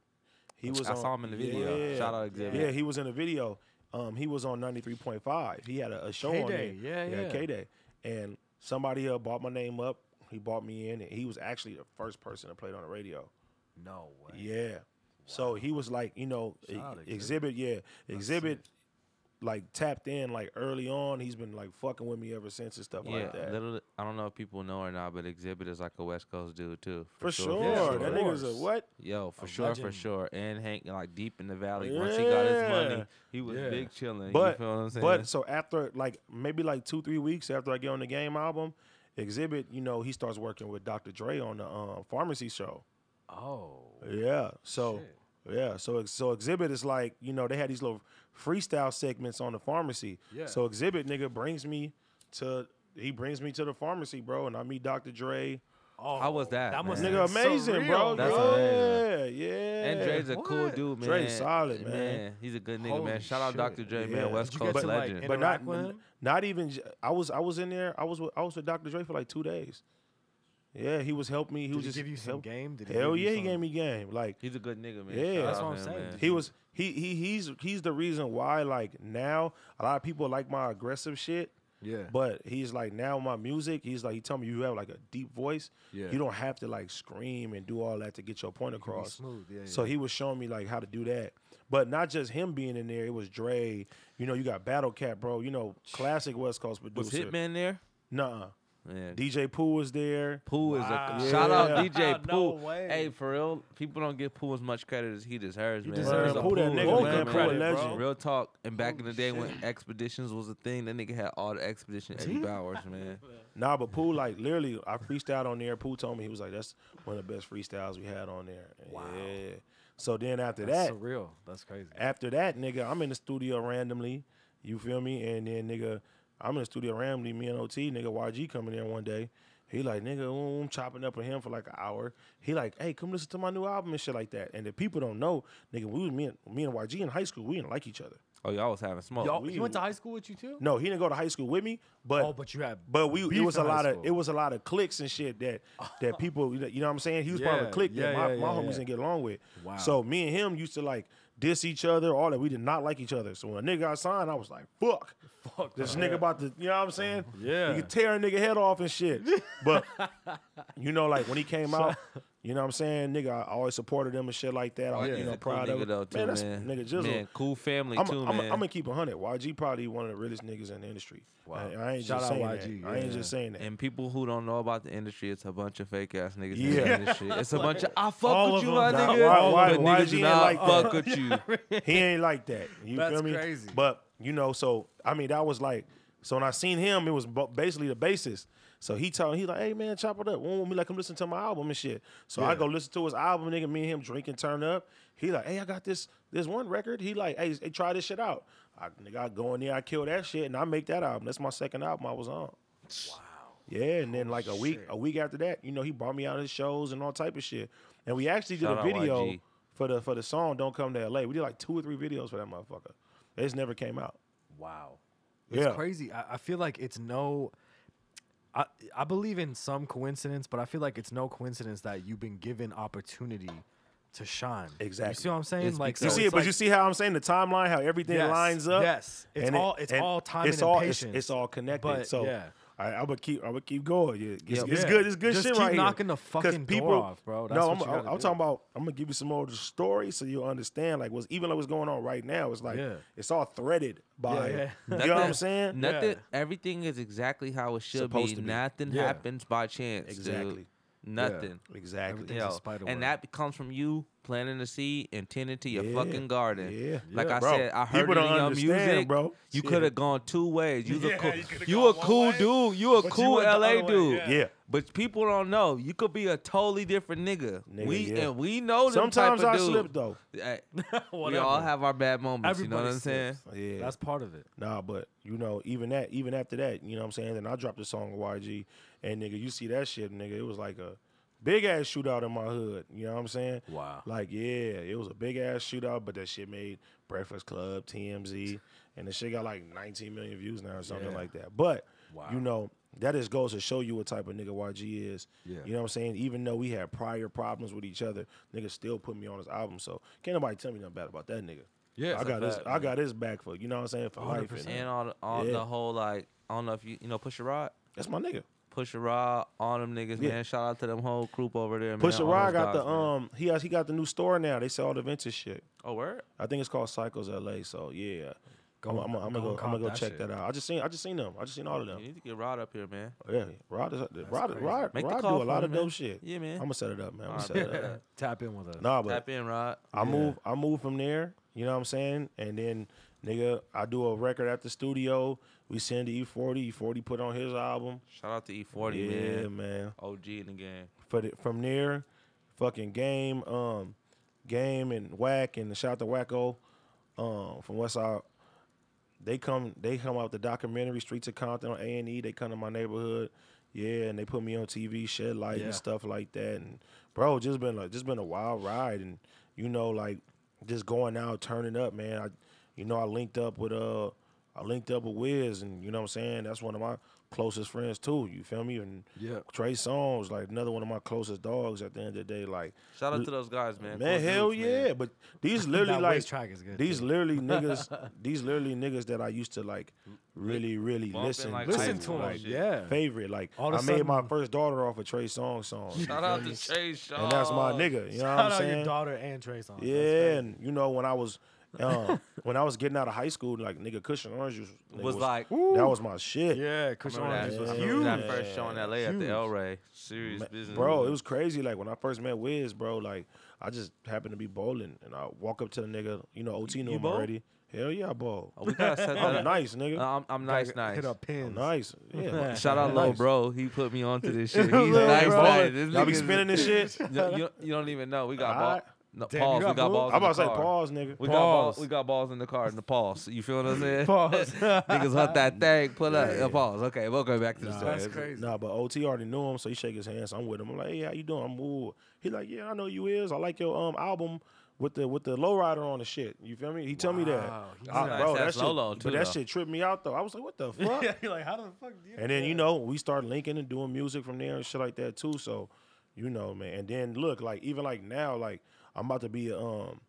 S3: He was.
S4: I
S3: on-
S4: saw him in the video. Shout out Exhibit.
S3: Yeah, he was in the video. Um, he was on ninety three point five. He had a, a show on there.
S2: K-Day, yeah, yeah.
S3: K Day, and somebody uh, bought my name up. He bought me in, and he was actually the first person that played on the radio.
S2: No way.
S3: Yeah. So he was like, you know, e-
S2: out to
S3: exhibit, yeah, exhibit, like tapped in like early on. He's been like fucking with me ever since and stuff
S4: Yeah,
S3: like that.
S4: little I don't know if people know or not, but Exhibit is like a West Coast dude too.
S3: for sure,
S2: Yeah,
S3: that
S2: of
S3: nigga's a
S2: course.
S3: what?
S4: Yo, for sure, for
S2: legend.
S4: sure. And Hank, like deep in the valley, once he got his money,
S3: Yeah.
S4: he was
S2: Yeah.
S4: big chilling.
S3: But
S4: you feel what I'm saying?
S3: but so after like maybe like two three weeks after I get on the game album, exhibit, you know, he starts working with Dr. Dre on the um, pharmacy show.
S2: Oh.
S3: Yeah. So yeah. So ex- so exhibit is like you know they had these little freestyle segments on the pharmacy.
S2: Yeah.
S3: So exhibit nigga brings me to he brings me to the pharmacy, bro, and I meet Dr. Dre.
S2: Oh,
S4: How was that,
S2: That must
S4: man?
S2: have
S3: Nigga,
S2: been
S3: amazing, bro.
S2: surreal,
S4: That's
S3: yeah,
S4: amazing.
S3: yeah.
S4: and Dre's a cool
S2: What?
S4: dude, man.
S3: Dre solid, man.
S4: He's a good nigga,
S2: Holy
S4: man. Shout out
S2: shit.
S4: Dr. Dre,
S3: Yeah.
S4: man. West
S2: Did you get
S4: Coast
S2: to, like,
S4: legend.
S2: in-
S3: but not
S2: interact with him?
S3: not even. j- I was I was in there. I was with, I was with Dr. Dre for like two days. Yeah, he was helping me. He
S2: Did
S3: was
S2: he
S3: just
S2: give you some
S3: help-
S2: game? Did he
S3: Hell
S2: give you
S3: yeah, he
S2: some-
S3: gave me game. Like
S4: He's a good nigga, man.
S3: Yeah.
S4: Shout
S3: That's
S4: out
S2: what I'm
S4: him,
S2: saying.
S4: man.
S3: He was he he he's he's the reason why like now a lot of people like my aggressive shit.
S2: Yeah.
S3: But he's like now my music. He's like he told me you have like a deep voice.
S2: Yeah.
S3: You don't have to like scream and do all that to get your point across.
S2: smooth, yeah,
S3: So he was showing me like how to do that. But not just him being in there. It was Dre. You know you got Battle Cat, bro. You know classic West Coast producer.
S4: Was Hitman there?
S3: Nuh-uh.
S4: Man.
S3: DJ Pooh was there.
S4: Pooh is
S1: Wow.
S4: a
S2: Ah.
S4: shout out
S3: Yeah.
S4: DJ
S1: No
S4: Pooh.
S1: way.
S4: hey, for real, people don't give Pooh as much credit as he deserves, man.
S2: deserves
S4: There's a
S2: Pooh that nigga, man.
S4: legend,
S2: Pooh a legend.
S4: Real talk. And back in the day when expeditions was a thing, that nigga had all the expedition Eddie Bowers, man.
S3: Nah, but Pooh, like literally, I freestyled on there. Pooh told me he was like, "That's one of the best freestyles we had on there." Wow. Yeah. So then after
S2: That's
S3: that,
S2: surreal. That's crazy.
S3: after that, nigga, I'm in the studio randomly. You feel me? And then nigga, I'm in the studio randomly. Me and OT, nigga, YG coming there one day. He like, nigga, ooh, I'm chopping up with him for like an hour. He like, hey, come listen to my new album and shit like that. And the people don't know, nigga, we was me and me and YG in high school, we didn't like each other.
S4: Oh, y'all was having smoke.
S2: Y'all,
S3: we-
S2: he went to high school with you too?
S3: No, he didn't go to high school with me, but
S2: Oh, but you had
S3: but we
S2: beef
S3: it was
S2: in
S3: a
S2: high
S3: lot
S2: school.
S3: of it was a lot of cliques and shit that that people you know- you know what I'm saying. He was part of
S2: Yeah,
S3: a clique that
S2: yeah,
S3: my,
S2: yeah,
S3: my
S2: yeah,
S3: homies
S2: yeah.
S3: didn't get along with.
S2: Wow.
S3: So me and him used to like diss each other, all that. We did not like each other. So when a nigga got signed, I was like, fuck.
S2: Fuck,
S3: This
S2: man.
S3: nigga about to, you know what I'm saying?
S2: Yeah.
S3: You could tear a nigga head off and shit. But you know, like when he came out, you know what I'm saying? Nigga, I always supported him and shit like that. I was, you
S4: He's
S3: know,
S4: a cool
S3: proud of
S4: nigga
S3: him.
S4: though, too, man.
S3: that's nigga Jizzle.
S4: Man, cool family
S3: I'm,
S4: too,
S3: I'm,
S4: man.
S3: I'm gonna keep it 100. YG probably one of the realest niggas in the industry. I, I ain't
S2: Shout
S3: just
S2: out
S3: saying
S2: YG,
S3: that. I ain't
S2: yeah.
S3: just saying that.
S4: And people who don't know about the industry, it's a bunch of fake ass niggas
S3: Yeah.
S4: in the industry. It's a bunch of I fuck
S1: All
S4: with
S1: of them.
S4: you, my
S3: Nah,
S4: nigga,
S3: why- why-
S4: but
S3: why
S4: niggas
S3: is
S4: do
S3: he
S4: not
S3: like that?
S4: fuck with you.
S3: he ain't like that. You
S2: That's
S3: feel me?
S2: crazy.
S3: But you know, so I mean, that was like, so when I seen him, it was bu- basically the basis. So he told he like, hey man, chop it up. When we like him listen to my album and shit. So I go listen to his album, nigga. Me and him drink and turn up. He like, hey, I got this this one record. He like, hey, hey, try this shit out. I, nigga, I go in there, I kill that shit, and I make that album. That's my second album I was on. Yeah, and
S2: Oh,
S3: then like a week, a week after that, you know, he brought me out of his shows and all type of shit. And we actually did
S4: Shout
S3: a
S4: out
S3: video
S4: YG.
S3: for the for the song "Don't Come to L.A." We did like two or three videos for that motherfucker. It just never came out.
S2: Wow. It's
S3: Yeah.
S2: crazy. I, I feel like it's no. I, I believe in some coincidence, but I feel like it's no coincidence that you've been given opportunity to shine. You see
S3: Exactly.
S2: what I'm saying?
S4: It's
S2: like
S4: because-
S3: You
S4: So
S3: see
S2: it's
S3: it, but
S2: like-
S3: you see how I'm saying the timeline, how everything
S2: Yes,
S3: lines up.
S2: yes. It's
S3: it-
S2: all- it's all timing
S3: It's
S2: and
S3: all
S2: patience.
S3: It's, it's all connected.
S2: But,
S3: so
S2: yeah.
S3: I, I would keep I would keep going. Yeah, it's, it's
S2: Yeah.
S3: good. It's good
S2: Just
S3: shit
S2: keep
S3: right here.
S2: knocking the
S3: 'Cause
S2: fucking door
S3: people,
S2: off, bro. That's
S3: no,
S2: what
S3: I'm,
S2: you
S3: I'm,
S2: gotta
S3: I'm
S2: do.
S3: talking about. I'm gonna give you some more of the story so you'll understand. Like what's even like what's going on right now. It's like
S2: Yeah.
S3: it's all threaded by.
S2: Yeah,
S3: You know what I'm saying?
S4: Nothing.
S2: Yeah.
S4: Everything is exactly how it should
S3: Supposed
S4: be.
S3: to be.
S4: Nothing
S2: Yeah.
S4: happens by chance. dude.
S3: Exactly.
S4: Nothing.
S3: Exactly.
S2: Everything's a
S4: Yo,
S2: spider web.
S4: and that comes from you planting the seed and tending to your
S3: Yeah.
S4: fucking garden.
S3: Yeah.
S4: Like
S3: Yeah,
S4: I
S3: bro.
S4: said, I
S3: People
S4: heard it in
S3: don't
S4: your
S3: understand,
S4: music,
S3: bro.
S4: You
S3: Yeah.
S4: could have gone two ways. You
S1: Yeah,
S4: a cool,
S1: you coulda
S4: you
S1: gone
S4: a
S1: one
S4: cool
S1: way,
S4: dude. You a
S1: but you
S4: cool
S1: went the
S4: LA
S1: other way,
S4: dude.
S1: yeah.
S3: Yeah.
S4: But people don't know. You could be a totally different nigga.
S3: Nigga,
S4: we
S3: yeah.
S4: and we know. Them
S3: Sometimes
S4: type
S3: I
S4: of dude.
S3: slip though.
S4: Hey, we
S2: Whatever.
S4: all have our bad moments. you know what
S2: Everybody
S4: I'm saying?
S2: slips.
S3: Yeah.
S2: That's part of it.
S3: Nah, but you know, even that, even after that, you know what I'm saying? Then I dropped the song with YG, and nigga, you see that shit, nigga, it was like a big ass shootout in my hood. You know what I'm saying?
S2: Wow.
S3: Like, yeah, it was a big ass shootout, but that shit made Breakfast Club, TMZ, and the shit got like 19 million views now or something
S2: Yeah.
S3: like that. But
S2: Wow.
S3: you know, that just goes to show you what type of nigga YG is.
S2: Yeah.
S3: You know what I'm saying? Even though we had prior problems with each other, nigga still put me on his album. So can't nobody tell me nothing bad about that nigga.
S2: Yeah,
S3: I
S2: it's a
S3: got this.
S2: fact,
S3: I
S2: man.
S3: got his back for you know what I'm saying for life. and-
S2: 100%.
S4: And all, the, all
S3: Yeah.
S4: the whole like I don't know if you you know Pusha Rod.
S3: That's my nigga.
S4: Pusha Rod, all them niggas,
S3: Yeah.
S4: man. Shout out to them whole group over there, man.
S3: Pusha
S4: all
S3: Rod
S4: those
S3: got
S4: dogs,
S3: the um he has, he got the new store now. They sell all the vintage shit.
S4: Man. Oh, word.
S3: I think it's called Cycles LA. So yeah,
S2: Go-
S3: I'm, I'm, I'm
S2: go
S3: gonna go,
S2: and
S3: I'm gonna
S2: cop
S3: go
S2: that
S3: check
S2: shit.
S3: that out. I just seen I just seen them. I just seen all of
S4: You
S3: them.
S4: need to get Rod up here, man.
S3: Yeah, Rod is Rod
S2: crazy.
S3: Rod,
S4: Make the
S3: Rod do
S4: call
S3: a lot
S4: for
S3: of
S4: him, man.
S3: dope shit.
S4: Yeah, man.
S3: I'm gonna set it up, man. I'm gonna
S4: Alright,
S3: set it
S4: bet.
S3: up.
S2: Tap in with us.
S3: Nah, but
S4: Tap in, Rod.
S3: I move I move from there, you know what I'm saying? And then nigga, I do a record at the studio. We send to E E40. E40 put on his album.
S4: Shout out to E40,
S3: Yeah,
S4: E man.
S3: man.
S4: OG in the game.
S3: for the, from there, fucking game, um, game and whack and shout out to Wacko, um, from Westside. They come, they come out the documentary Streets of Compton on A and E. They come to my neighborhood, yeah, and they put me on TV, shed light
S2: Yeah.
S3: and stuff like that. And bro, just been like, just been a wild ride, and you know, like just going out, turning up, man. I, you know, I linked up with uh, I linked up with Wiz, and you know what I'm saying. That's one of my closest friends too. You feel me? And
S2: Yeah.
S3: Trey Songz, like another one of my closest dogs. At the end of the day, like
S4: Shout out
S3: l-
S4: to those guys, man.
S3: man,
S4: Cool
S3: hell
S4: dudes,
S3: yeah.
S4: man.
S3: But these literally
S2: That
S3: like
S2: Wiz track is good,
S3: these
S2: too.
S3: literally niggas, these literally niggas that I used to like really really
S4: bumping
S3: listen
S4: like
S2: Listen
S4: Ooh,
S2: to him.
S4: like,
S2: yeah.
S3: favorite. Like
S2: All of
S3: I
S2: a
S3: made my
S2: sudden-
S3: first daughter off a Trey Songz song, you
S4: Shout
S3: feel
S4: out
S3: me?
S4: to Chase Shaw.
S3: and that's my nigga. You know
S2: Shout
S3: what I'm
S2: out
S3: saying?
S2: your daughter and Trey Songz. That's
S3: Yeah,
S2: crazy.
S3: and you know when I was Um, when I was getting out of high school, like nigga, cushion orange juice nigga,
S4: Was like-
S3: that was my shit.
S2: Yeah, Kush
S4: Remember
S2: Orange
S4: that,
S2: was
S4: yeah.
S2: huge.
S4: That first show in LA at the
S2: Huge.
S4: El Rey. Serious business.
S3: Bro, it was crazy. Like when I first met Wiz, bro, like I just happened to be bowling and I walk up to the nigga, you know, OT knew
S4: you
S3: him
S4: bowl?
S3: already. Hell yeah, I bowl.
S4: Oh, we gotta set that
S3: I'm
S4: up.
S3: nice, nigga.
S4: Uh, I'm, I'm nice,
S2: Hit-
S4: nice.
S2: Hit up pins.
S3: nice. Yeah.
S4: Shout out, low
S3: Nice.
S4: bro. He put me onto this shit. He's
S2: Lil
S4: nice,
S2: Bro.
S4: nice. This
S3: Y'all be
S4: nigga's-
S3: spinning this shit.
S4: You, you, you don't even know. We got
S3: Alright.
S4: balls. No,
S2: Damn,
S4: pause.
S2: you
S4: We
S2: got
S4: got
S2: balls?
S4: balls.
S3: I'm about to
S4: in
S3: say
S4: the car.
S3: pause, nigga.
S4: We got balls.
S2: Pause.
S4: We got balls in the car in the pause. You feel what I'm saying?
S2: Pause.
S4: Niggas hunt that thing. Pull up. Yeah, Pause. Okay, we'll go back to the story.
S2: That's crazy.
S3: Nah, but OT already knew him, so he shake his hand. So I'm with him. I'm like, hey, how you doing? I'm cool. He like, yeah, I know you is. I like your um album with the with the lowrider on the shit. You feel me? He tell me that.
S2: Wow, he
S3: I-
S4: nice.
S3: bro, that
S4: That's
S3: shit,
S4: Lolo, too,
S3: but that
S4: though.
S3: shit tripped me out though. I was like, what the fuck?
S2: Yeah, you're like, how the fuck do you
S3: And then you know we start linking and doing music from there and shit like that too. So, you know, man. And then look, like even like now, like I'm about to be um,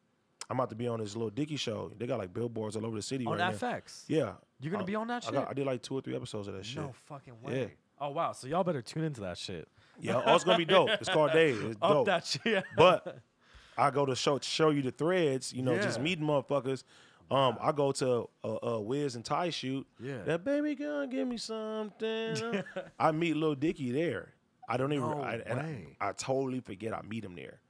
S3: I'm about to be on this little Dicky show. They got like billboards all over the city
S2: on
S3: right now.
S2: FX?
S3: Yeah,
S2: You're gonna
S3: I-
S2: be on that
S3: I, got- I did like two or three episodes of that shit.
S2: No fucking way. Oh wow, so y'all better tune into that shit.
S3: Yeah, oh, it's gonna be dope. It's called Dave. It's
S2: Up
S3: dope.
S2: that shit.
S3: But I go to show show you the threads. You know, just
S2: Yeah.
S3: meeting motherfuckers. Um, I go to uh, uh, Wiz and Ty shoot.
S2: Yeah.
S3: That baby gonna give me something. I meet Lil Dicky there. I don't even.
S2: No
S3: I, and I-
S2: way.
S3: I, totally forget I meet him there.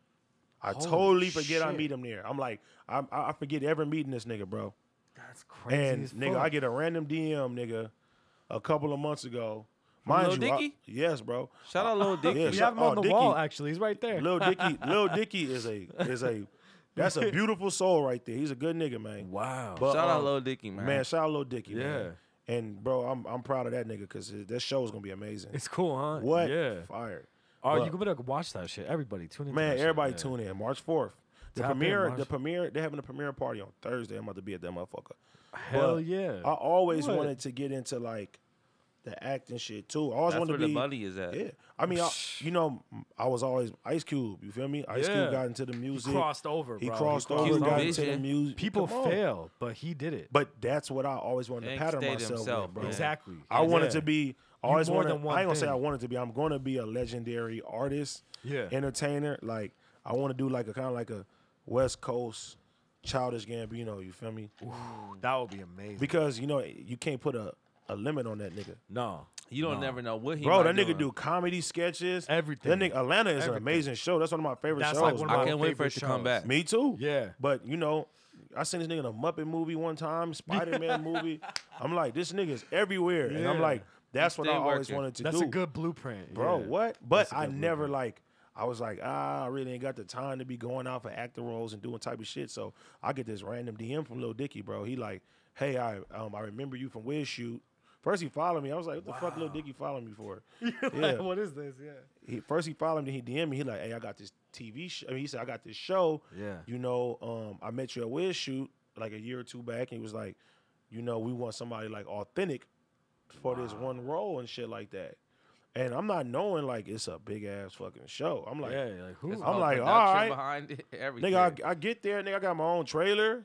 S3: I
S2: Holy
S3: totally forget I
S2: shit.
S3: meet him there. I'm like, I, I I forget ever meeting this nigga, bro.
S2: That's crazy.
S3: And
S2: as
S3: nigga,
S2: fuck.
S3: I get a random DM, nigga, a couple of months ago. Mind
S4: Lil
S3: you, I-
S4: Dicky?
S3: yes, bro.
S4: Shout out, little Dick.
S3: Yeah,
S2: we
S3: shout-
S2: have him on
S3: oh,
S2: the
S3: Dicky.
S2: wall. Actually, he's right there.
S3: Lil Dicky, Lil Dicky is a is a that's a beautiful soul right there. He's a good nigga, man.
S2: wow.
S3: But,
S4: Shout out,
S3: um,
S4: Lil Dicky, man.
S3: man. Shout out Lil Dicky, man. And bro, I'm I'm proud of that nigga because that show is gonna be amazing.
S2: it's cool, huh?
S3: what
S2: Yeah.
S3: fire,
S2: Oh, you
S3: But-
S2: better watch that shit. Everybody tune in.
S3: man! Everybody tune in March fourth. The
S2: Tap in,
S3: premiere,
S2: March.
S3: the premiere, they're having a premiere party on Thursday. I'm about to be at that motherfucker.
S2: Hell
S3: But
S2: yeah.
S3: I always
S2: What?
S3: wanted to get into like the acting shit too. I always
S4: That's
S3: wanted
S4: where
S3: to
S4: the
S3: be
S4: money is at.
S3: Yeah, I mean, I, you know, I was always Ice Cube. You feel me? Ice
S2: Yeah.
S3: Cube got into the music.
S2: crossed over,
S3: He
S2: bro. He
S3: crossed
S2: crossed
S3: over. Got
S4: over.
S3: into the
S4: Vision.
S3: music.
S2: People
S3: Come on.
S2: fail, but he did it.
S3: But that's what I always wanted to
S4: And
S3: pattern
S4: stayed
S3: myself
S4: himself,
S3: with, bro.
S4: man.
S2: Exactly.
S3: I wanted
S2: Yeah.
S3: to be. I always
S2: more
S3: wanted. I
S2: than
S3: ain't
S2: one
S3: gonna say
S2: thing.
S3: I wanted to be. I'm going to be a legendary artist.
S2: Yeah.
S3: Entertainer. Like I want to do like a kind of like a West Coast childish Gambino. You feel me?
S2: that would be amazing.
S3: Because you know you can't put a, a limit on that nigga.
S2: no,
S4: You don't never know what he.
S3: Bro, that
S4: might
S3: nigga
S4: doing.
S3: do comedy sketches.
S2: Everything.
S3: That nigga Atlanta is an
S2: Everything.
S3: amazing show. That's one of my favorite
S2: That's
S3: shows.
S2: like one of
S3: bro.
S4: I
S2: my
S4: can't wait for
S2: favorite
S4: it to come
S2: shows.
S4: back.
S3: Me too.
S2: Yeah.
S3: But you know, I seen this nigga in a Muppet movie one time, Spider Man movie. I'm like, this nigga's everywhere, and I'm
S2: Yeah.
S3: like, that's what I
S4: stay
S3: always
S4: working.
S3: wanted to
S2: that's
S3: do,
S2: a good blueprint,
S3: bro.
S2: yeah.
S3: What? But
S2: a good
S3: I never like. I was like, ah, I really ain't got the time to be going out for acting roles and doing type of shit. So I get this random DM from Lil Dicky, bro. He like, hey, I um, I remember you from Wiz Shoot. First he followed me. I was like, what the fuck, Lil Dicky following me for?
S2: Like, what is this? Yeah.
S3: he first he followed me, then he DM me. He like, hey, I got this TV show. I mean, he said I got this show.
S2: Yeah.
S3: You know, um, I met you at Wiz shoot like a year or two back, and he was like, you know, we want somebody like authentic for this one role and shit like that. And I'm not knowing like it's a big ass fucking show. I'm like,
S2: Yeah. you're Like who?
S4: There's
S3: I'm
S4: no
S3: like,
S4: production
S3: alright.
S4: Behind it, everything.
S3: nigga, I, I get there, nigga, I got my own trailer.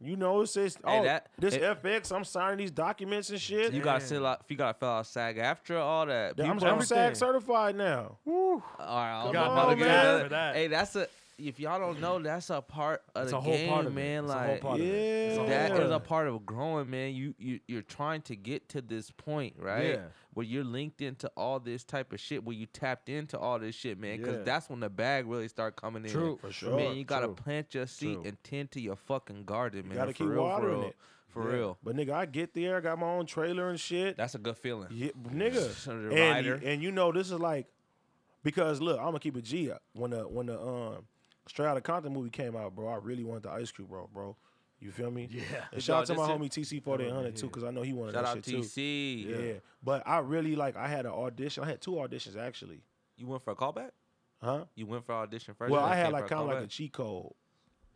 S3: You know, it says, oh,
S4: Hey, that-
S3: this
S4: it-
S3: FX, I'm signing these documents and shit.
S4: you gotta sit out. You gotta fill out SAG after all that.
S3: I'm,
S4: People-
S3: I'm SAG
S2: everything.
S3: certified now.
S4: All right, I'm
S2: Come
S4: about
S3: on,
S4: to get
S3: man.
S4: another-
S2: For that.
S4: Hey, that's a. If y'all don't know, that's a part of
S2: It's
S4: the
S2: a whole
S4: game,
S2: part of it.
S4: man.
S2: It's a
S4: Like
S2: whole part of it. It's a whole
S4: that
S2: part
S4: is
S2: of
S4: a
S2: it.
S4: part of growing, man. You you you're trying to get to this point, right?
S2: Yeah.
S4: Where you're linked into all this type of shit, where you tapped into all this shit, man. Because
S2: Yeah.
S4: that's when the bag really start coming in.
S2: True. For
S3: sure.
S4: Man, you gotta
S2: True.
S4: plant your seed
S2: True.
S4: and tend to your fucking garden, man.
S3: gotta
S4: for
S3: keep
S4: real,
S3: watering
S4: for real.
S3: it.
S4: For
S3: Yeah.
S4: real.
S3: But nigga, I get there, I got my own trailer and shit.
S4: That's a good feeling.
S3: Yeah,
S4: Just
S3: nigga.
S4: under the
S3: And, you,
S4: rider.
S3: and you know this is like because look, I'm gonna keep it G. When the when the um Straight Outta Compton movie came out, bro, I really wanted the Ice Cube, bro, bro. You feel me? Yeah. And shout out to
S4: Dog,
S3: my
S4: that's
S3: homie TC 4800 too, because I know he wanted
S4: Shout
S3: that shit
S4: out
S3: too.
S4: TC.
S3: Yeah. But I really like I had an audition. I had two auditions actually.
S4: You went for a callback?
S3: Huh?
S4: You went for audition first.
S3: Well,
S4: and
S3: I had
S4: then came
S3: like
S4: for
S3: kind of like a
S4: callback?
S3: cheat code.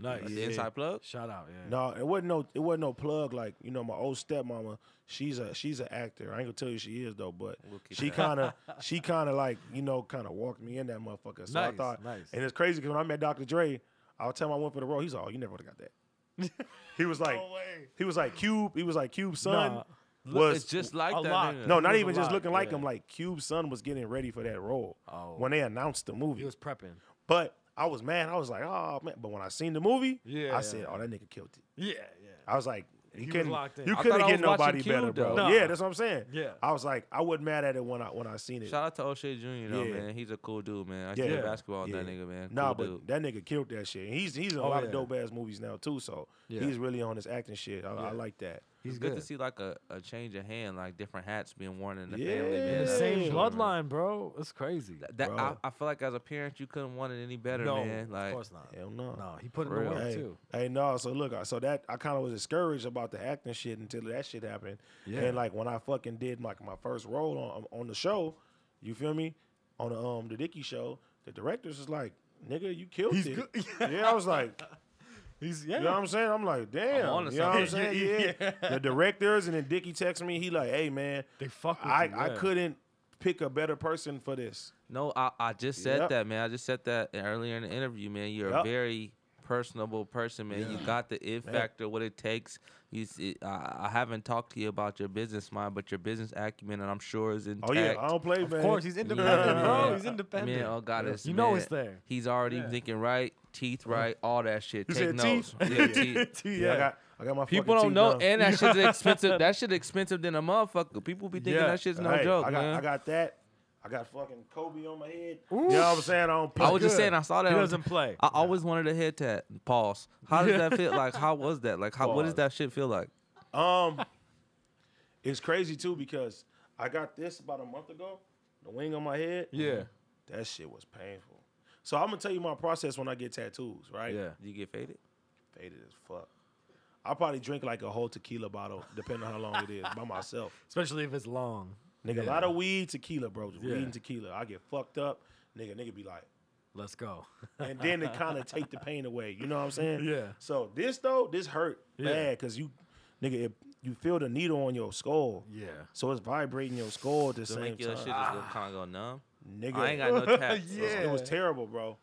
S2: Nice.
S4: Like the inside plug.
S2: Shout out. Yeah.
S3: No, it wasn't no it wasn't no plug. Like you know, my old stepmama, she's a she's an actor. I ain't gonna tell you she is though, but
S4: We'll keep
S3: she
S4: that.
S3: kind of she kind of like you know kind of walked me in that motherfucker. So I
S2: Nice,
S3: thought,
S2: nice.
S3: and it's crazy because when I met Dr. Dre, I'll tell him I went for the role. He's like, oh, you never would have got that. he was like,
S2: way.
S3: he was like Cube. He was like Cube's son
S4: Look,
S3: was
S4: it's just like
S2: a
S4: that.
S2: lot.
S4: nigga.
S3: no, not
S2: He was
S3: even
S2: alive,
S3: just looking like
S2: yeah.
S3: him. Like Cube's son was getting ready for that role
S2: Oh.
S3: when they announced the movie.
S2: He was prepping.
S3: But I was mad. I was like, oh man. But when I seen the movie,
S2: Yeah, yeah.
S3: I said, oh that nigga killed it.
S2: Yeah,
S3: I was like,
S2: He
S3: you
S2: was
S3: couldn't,
S2: locked in.
S3: you
S2: I
S3: couldn't
S4: thought I
S3: get
S4: was watching
S3: nobody
S4: Cube,
S3: better, bro.
S4: though.
S2: Nah.
S3: Yeah, that's what I'm saying.
S2: Yeah.
S3: I was like, I wasn't mad at it when I when I seen it.
S4: Shout out to O'Shea Jr. though,
S3: Yeah.
S4: man. He's a cool dude, man. I
S3: Yeah.
S4: played basketball with
S3: Yeah.
S4: that nigga, man.
S3: Nah,
S4: cool
S3: but
S4: dude.
S3: that nigga killed that shit. And He's he's in a
S2: Oh,
S3: lot
S2: yeah.
S3: of dope ass movies now too. So
S2: Yeah.
S3: he's really on his acting shit. I, I like that.
S2: he's
S4: it's good, to
S2: good.
S4: see like a, a change of hand, like different hats being worn in the
S3: Yeah.
S4: family, man.
S3: In
S2: the
S4: That's
S2: same
S4: for sure, man.
S2: bloodline, bro. That's crazy.
S4: That I,
S3: Bro.
S4: I feel like as a parent, you couldn't want it any better,
S2: no,
S4: man. Like
S2: of course not.
S3: Hell no.
S2: No, he put in
S4: For
S2: the
S4: real.
S2: work
S3: Hey,
S2: too.
S3: hey, no. So look, I- so that I kind of was discouraged about the acting shit until that shit happened.
S2: Yeah.
S3: And like when I fucking did like my first role on um, on the show, you feel me? On the um the Dicky show, the directors was like, "Nigga, you killed
S2: He's
S3: it."
S2: good.
S3: yeah, I was like,
S2: He's yeah.
S3: You know what I'm saying? I'm like, damn.
S4: I'm onto
S3: you know what I'm
S4: something.
S3: saying? Yeah. The directors and then Dickie texts me. He like, hey man,
S2: They fuck with
S3: I
S2: you,
S3: I
S2: yeah.
S3: couldn't pick a better person for this.
S4: No, I, I just said
S3: Yep.
S4: that, man. I just said that earlier in the interview, man. You're a
S3: Yep.
S4: very personable person, man. You got the it factor, what it takes. You see, I, I haven't talked to you about your business mind, but your business acumen, and I'm sure is intact.
S3: Oh yeah, I don't play man.
S2: Of course, he's independent, bro. He's independent.
S4: Man, oh God, it's,
S2: You know
S4: man,
S2: it's there.
S4: He's already
S2: Yeah.
S4: thinking right, teeth right, all that shit.
S3: You
S4: Take
S3: said
S4: notes.
S3: teeth?
S4: Yeah, teeth.
S3: Yeah, I got I got my
S4: People
S3: fucking
S4: don't know,
S3: teeth done.
S4: and that shit's expensive. That shit expensive than a motherfucker. People be thinking
S2: Yeah.
S4: that shit's no
S3: Hey,
S4: joke,
S3: I got
S4: man.
S3: I got that. I got fucking Kobe on my head. You know what I'm saying? I don't play.
S4: I was just saying, I saw that.
S2: He
S4: on-
S2: doesn't play.
S4: I always wanted a head tat. Pause. How does that feel? Like, how was that? Like, how what does
S3: Pause.
S4: that shit feel like?
S3: Um, it's crazy too because I got this about a month ago. The wing on my head.
S2: Yeah.
S3: That shit was painful. So I'm gonna tell you my process when I get tattoos, right?
S2: Yeah.
S4: Did you get faded?
S3: Faded as fuck. I probably drink like a whole tequila bottle, depending on how long it is, by myself.
S2: Especially if it's long.
S3: Nigga, a lot of weed, tequila, bro. Just
S2: Yeah.
S3: Weed and tequila. I get fucked up. Nigga, nigga be like,
S2: Let's go.
S3: and then it kind of take the pain away. You know what I'm saying?
S2: Yeah.
S3: So this though, this hurt
S2: Yeah.
S3: bad because you, nigga, it, you feel the needle on your skull.
S2: Yeah.
S3: So it's vibrating your skull at the
S4: To
S3: same
S4: make your
S3: time.
S4: shit just go kind of go numb.
S3: nigga,
S4: I ain't got no tats.
S3: it, was, it was terrible, bro.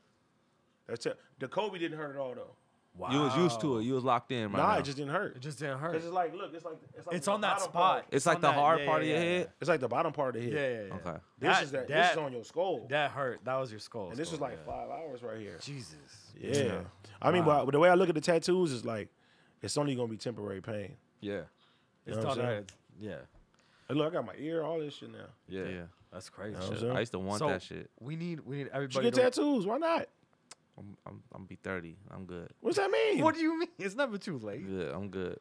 S3: That's ter- the Kobe didn't hurt at all though.
S2: Wow.
S4: You was used to it. You was locked in right
S3: nah,
S4: now.
S3: it just didn't hurt.
S2: It just didn't
S3: Cause it's
S2: hurt.
S3: like, look, it's like it's, like
S2: It's
S3: the
S2: on that
S3: bottom
S2: spot.
S3: Part.
S4: it's
S2: on
S4: like the
S2: that-
S4: hard
S2: yeah,
S4: part of
S2: yeah,
S4: your
S2: yeah.
S4: head.
S3: It's like the bottom part of the head.
S2: Yeah, yeah, yeah.
S4: Okay.
S3: This
S2: That-
S3: is that, this
S2: that-
S3: is on your skull.
S2: That hurt. That was your skull.
S3: and this was
S2: skull,
S3: like
S2: yeah.
S3: five hours right here.
S2: Jesus.
S3: Yeah. I mean, but the way I look at the tattoos is like, it's only gonna be temporary pain.
S2: Yeah. It's
S3: know what I'm
S2: done
S3: saying?
S2: right. Yeah.
S3: And look, I got my ear, all this shit now.
S2: Yeah.
S4: Yeah.
S2: That's crazy.
S3: what I'm
S4: Shit,
S3: saying?
S4: I used to want
S2: So,
S4: that shit.
S2: We need we need
S3: You
S2: everybody.
S3: get
S2: to-
S3: tattoos? Why not?
S4: I'm, I'm, I'm be 30. I'm good.
S3: What's that mean?
S2: What do you mean? It's never too late. You
S4: Good. I'm good.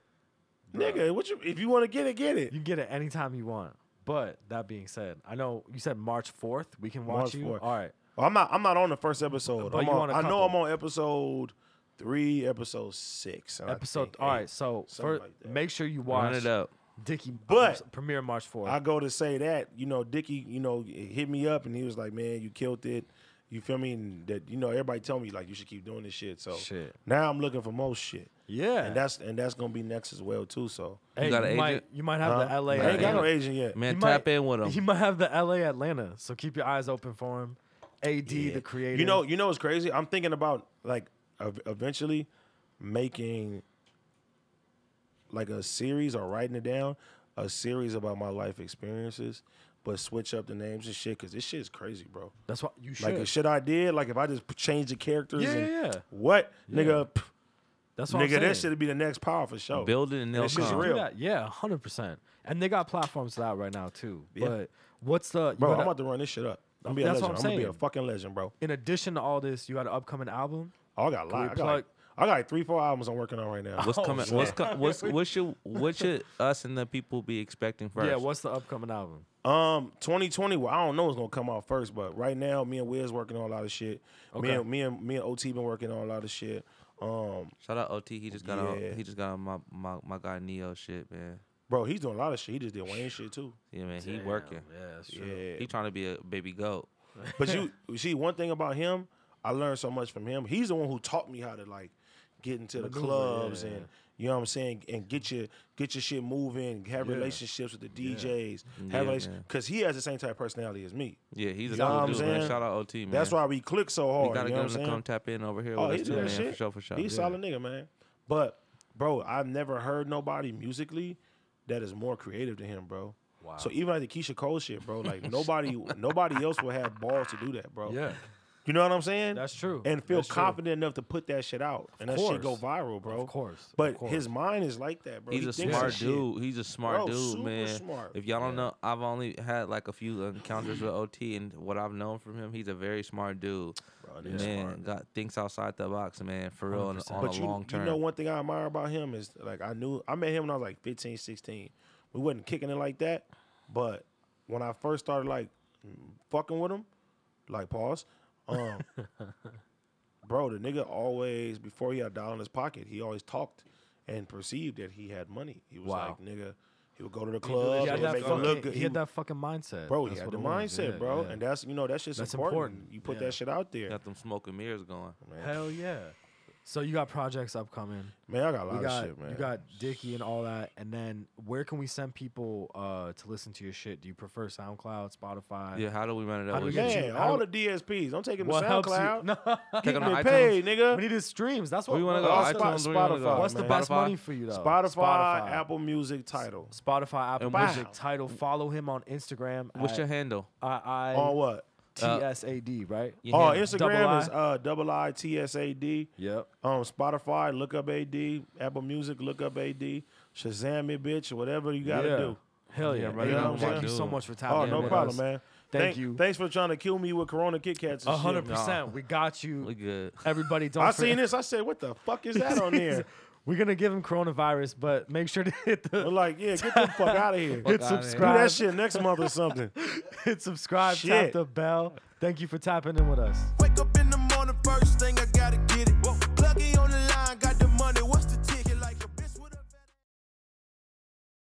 S3: Nigga, what you, if you want to get it, get it.
S2: can get it anytime you want. But that being said, I know you said March fourth. We can watch
S3: March
S2: you.
S3: 4th.
S2: All right.
S3: Well, Oh, I'm not. I'm not on the first episode.
S2: But
S3: I'm
S2: you
S3: on,
S2: on a
S3: I know I'm
S2: couple.
S3: on episode three, episode six, and I
S2: Episode.
S3: think
S2: All
S3: eight.
S2: right. So
S3: something
S2: fir-
S3: like that.
S2: make sure you
S4: Run
S2: watch
S4: it up.
S2: Dickie
S3: But-
S2: premiere March fourth.
S3: I go to say that, you know, Dickie, you know, hit me up and he was like, "Man, you killed it." You feel me? And that you know, everybody tell me like you should keep doing this shit. So
S2: Shit.
S3: now I'm looking for more shit,
S2: yeah.
S3: and that's and that's gonna be next as well too. So
S2: Hey,
S4: You got an agent?
S2: might you might have
S3: Huh?
S2: the LA.
S3: I ain't got no
S2: Atlanta.
S3: agent yet.
S4: Man,
S2: He
S4: tap
S2: might-
S4: in with him.
S2: He might have the LA Atlanta. So keep your eyes open for him. AD the creator.
S3: You know, you know, it's crazy. I'm thinking about like ev- eventually making like a series or writing it down, a series about my life experiences, but switch up the names and shit because this shit is crazy, bro.
S2: that's what you should.
S3: Like the shit I did, like if I just p- change the characters,
S2: Yeah,
S3: and
S2: yeah, yeah.
S3: what nigga, pff,
S2: that's what I'm
S3: nigga,
S2: saying.
S3: that should be the next power for sure.
S4: Build it and they'll
S3: This shit's
S4: come.
S2: Do
S3: real.
S2: that. Yeah, hundred percent. And they got platforms for that right now too.
S3: Yeah.
S2: But what's the you
S3: bro.
S2: got
S3: I'm
S2: a-
S3: about to run this shit up. I'm gonna be a
S2: That's
S3: legend.
S2: what
S3: I'm,
S2: I'm
S3: gonna be a
S2: saying.
S3: fucking legend, bro.
S2: in addition to all this, you got an upcoming album?
S3: Oh, I got a lot.
S2: we
S3: I got, like,
S2: plug- Oh,
S3: I got like three, four albums I'm working on right now.
S4: What's coming? What's co- what's what should what should us and the people be expecting first?
S2: Yeah, what's the upcoming album?
S3: Um, 2020. Well, I don't know what's gonna come out first, but right now, me and Wiz working on a lot of shit. Me
S2: Okay.
S3: and me and me and OT been working on a lot of shit. Um,
S4: Shout out OT. He just got on.
S3: Yeah.
S4: He just got on my my my guy Neo shit, man.
S3: bro, he's doing a lot of shit. He just did Wayne shit too.
S4: Yeah, man. He working.
S2: Yeah, that's true.
S3: Yeah,
S4: He trying to be a baby goat.
S3: but you, you see, one thing about him, I learned so much from him. He's the one who taught me how to like get into the clubs
S2: yeah.
S3: and you know what I'm saying, and get your get your shit moving, have relationships with the DJs,
S4: Yeah,
S3: have relationships
S4: man.
S3: because he has the same type of personality as me.
S4: Yeah, he's a
S3: You know what
S4: cool
S3: I'm
S4: dude,
S3: saying?
S4: man. Shout out OT, man.
S3: That's why we click so hard.
S4: we gotta
S3: you know what
S4: get him
S3: I'm
S4: to
S3: saying?
S4: come tap in over here
S3: Oh,
S4: with
S3: he
S4: us
S3: do
S4: too,
S3: that
S4: man.
S3: shit.
S4: For sure, for sure.
S3: He's a solid nigga, man. But bro, I've never heard nobody musically that is more creative than him, bro.
S2: Wow.
S3: So even like the Keisha Cole shit, bro, like nobody, nobody else will have balls to do that, bro.
S2: Yeah.
S3: You know what I'm saying?
S2: That's true.
S3: And feel
S2: That's true.
S3: confident enough to put that shit out, and that shit go
S2: course.
S3: viral, bro.
S2: Of course, of
S3: But
S2: course.
S3: his mind is like that, bro.
S4: He's
S3: He
S4: a
S3: thinks
S4: smart
S3: that shit.
S4: dude. He's a smart
S3: Bro,
S4: dude,
S3: super
S4: man.
S3: smart.
S4: If y'all don't know, I've only had like a few encounters with OT, and what I've known from him, he's a very smart dude.
S3: Bro, nigga's
S4: man, got thinks outside the box, man, for real, and
S2: 100%.
S4: on
S3: But
S4: a
S3: you,
S4: long term.
S3: you know one thing I admire about him is like I knew I met him when I was like 15, 16. We wasn't kicking it like that, but when I first started like fucking with him, like pause, um, bro, the nigga always before he had a dollar in his pocket, he always talked and perceived that he had money. He was
S2: Wow.
S3: like nigga, he would go to the club,
S2: he
S3: he
S2: had,
S3: would
S2: that
S3: make him look
S2: fucking,
S3: good.
S2: he had that fucking mindset.
S3: bro,
S2: That's
S3: he had
S2: what
S3: the
S2: it was.
S3: mindset,
S2: Yeah,
S3: bro,
S2: yeah.
S3: and that's you know that shit's
S2: That's
S3: important.
S2: important.
S3: You put
S2: Yeah.
S3: that shit out there,
S4: Got them smoking mirrors going.
S3: man.
S2: hell yeah. So you got projects upcoming.
S3: Man, I got a lot
S2: We got
S3: of shit, man.
S2: you got Dicky and all that, and then where can we send people uh, to listen to your shit? Do you prefer SoundCloud, Spotify?
S4: Yeah, how do we run it
S2: How
S4: up?
S2: do
S4: with
S2: we get
S4: you?
S2: you-
S3: Man,
S2: how
S3: all
S2: do-
S3: the DSPs. Don't take him to
S2: What helps you?
S3: SoundCloud.
S2: No,
S4: Take it on
S3: Get
S4: iTunes.
S3: paid, nigga.
S2: we needed streams. That's what.
S4: Where you want
S2: what
S4: to go?
S2: else-
S3: Oh,
S4: iTunes.
S3: Spot-
S4: where you wanna go?
S3: Spotify,
S2: What's the
S3: man.
S2: best
S4: Spotify?
S2: money for you though?
S3: Spotify, Apple Music title.
S2: Spotify, Apple
S4: And
S2: Music,
S3: wow.
S2: title. Follow him on Instagram.
S4: What's
S2: at
S4: your handle?
S2: I
S3: On what?
S2: T S A D, right?
S4: Your
S3: Oh,
S4: handle.
S3: Instagram
S2: Double
S3: is uh double I T S A D.
S2: Yep.
S3: Um, Spotify, look up AD. Apple Music, look up AD. Shazam it, bitch. Whatever you gotta
S2: yeah.
S3: do.
S2: Hell yeah,
S4: Yeah,
S2: bro.
S4: right
S3: now,
S2: thank
S3: man.
S2: you so
S4: Dude.
S2: much for tapping
S3: Oh,
S2: in
S3: no
S2: with
S3: problem,
S2: us.
S3: man.
S2: Thank you.
S3: Thanks for trying to kill me with Corona Kit Kats.
S2: A
S3: And
S2: hundred
S3: shit.
S2: percent. We got you.
S4: We good.
S2: Everybody, don't.
S3: I
S2: forget-
S3: seen this. I said, what the fuck is that on there?
S2: We're gonna give him coronavirus, but make sure to hit
S3: I'm
S2: the
S3: like, yeah, get the fuck out of here.
S2: hit
S4: outta here.
S3: Do
S2: subscribe.
S3: that shit next month or something.
S2: Hit subscribe.
S3: Shit.
S2: Tap the bell. Thank you for tapping in with us.
S1: Wake up in the morning, first thing I gotta get it.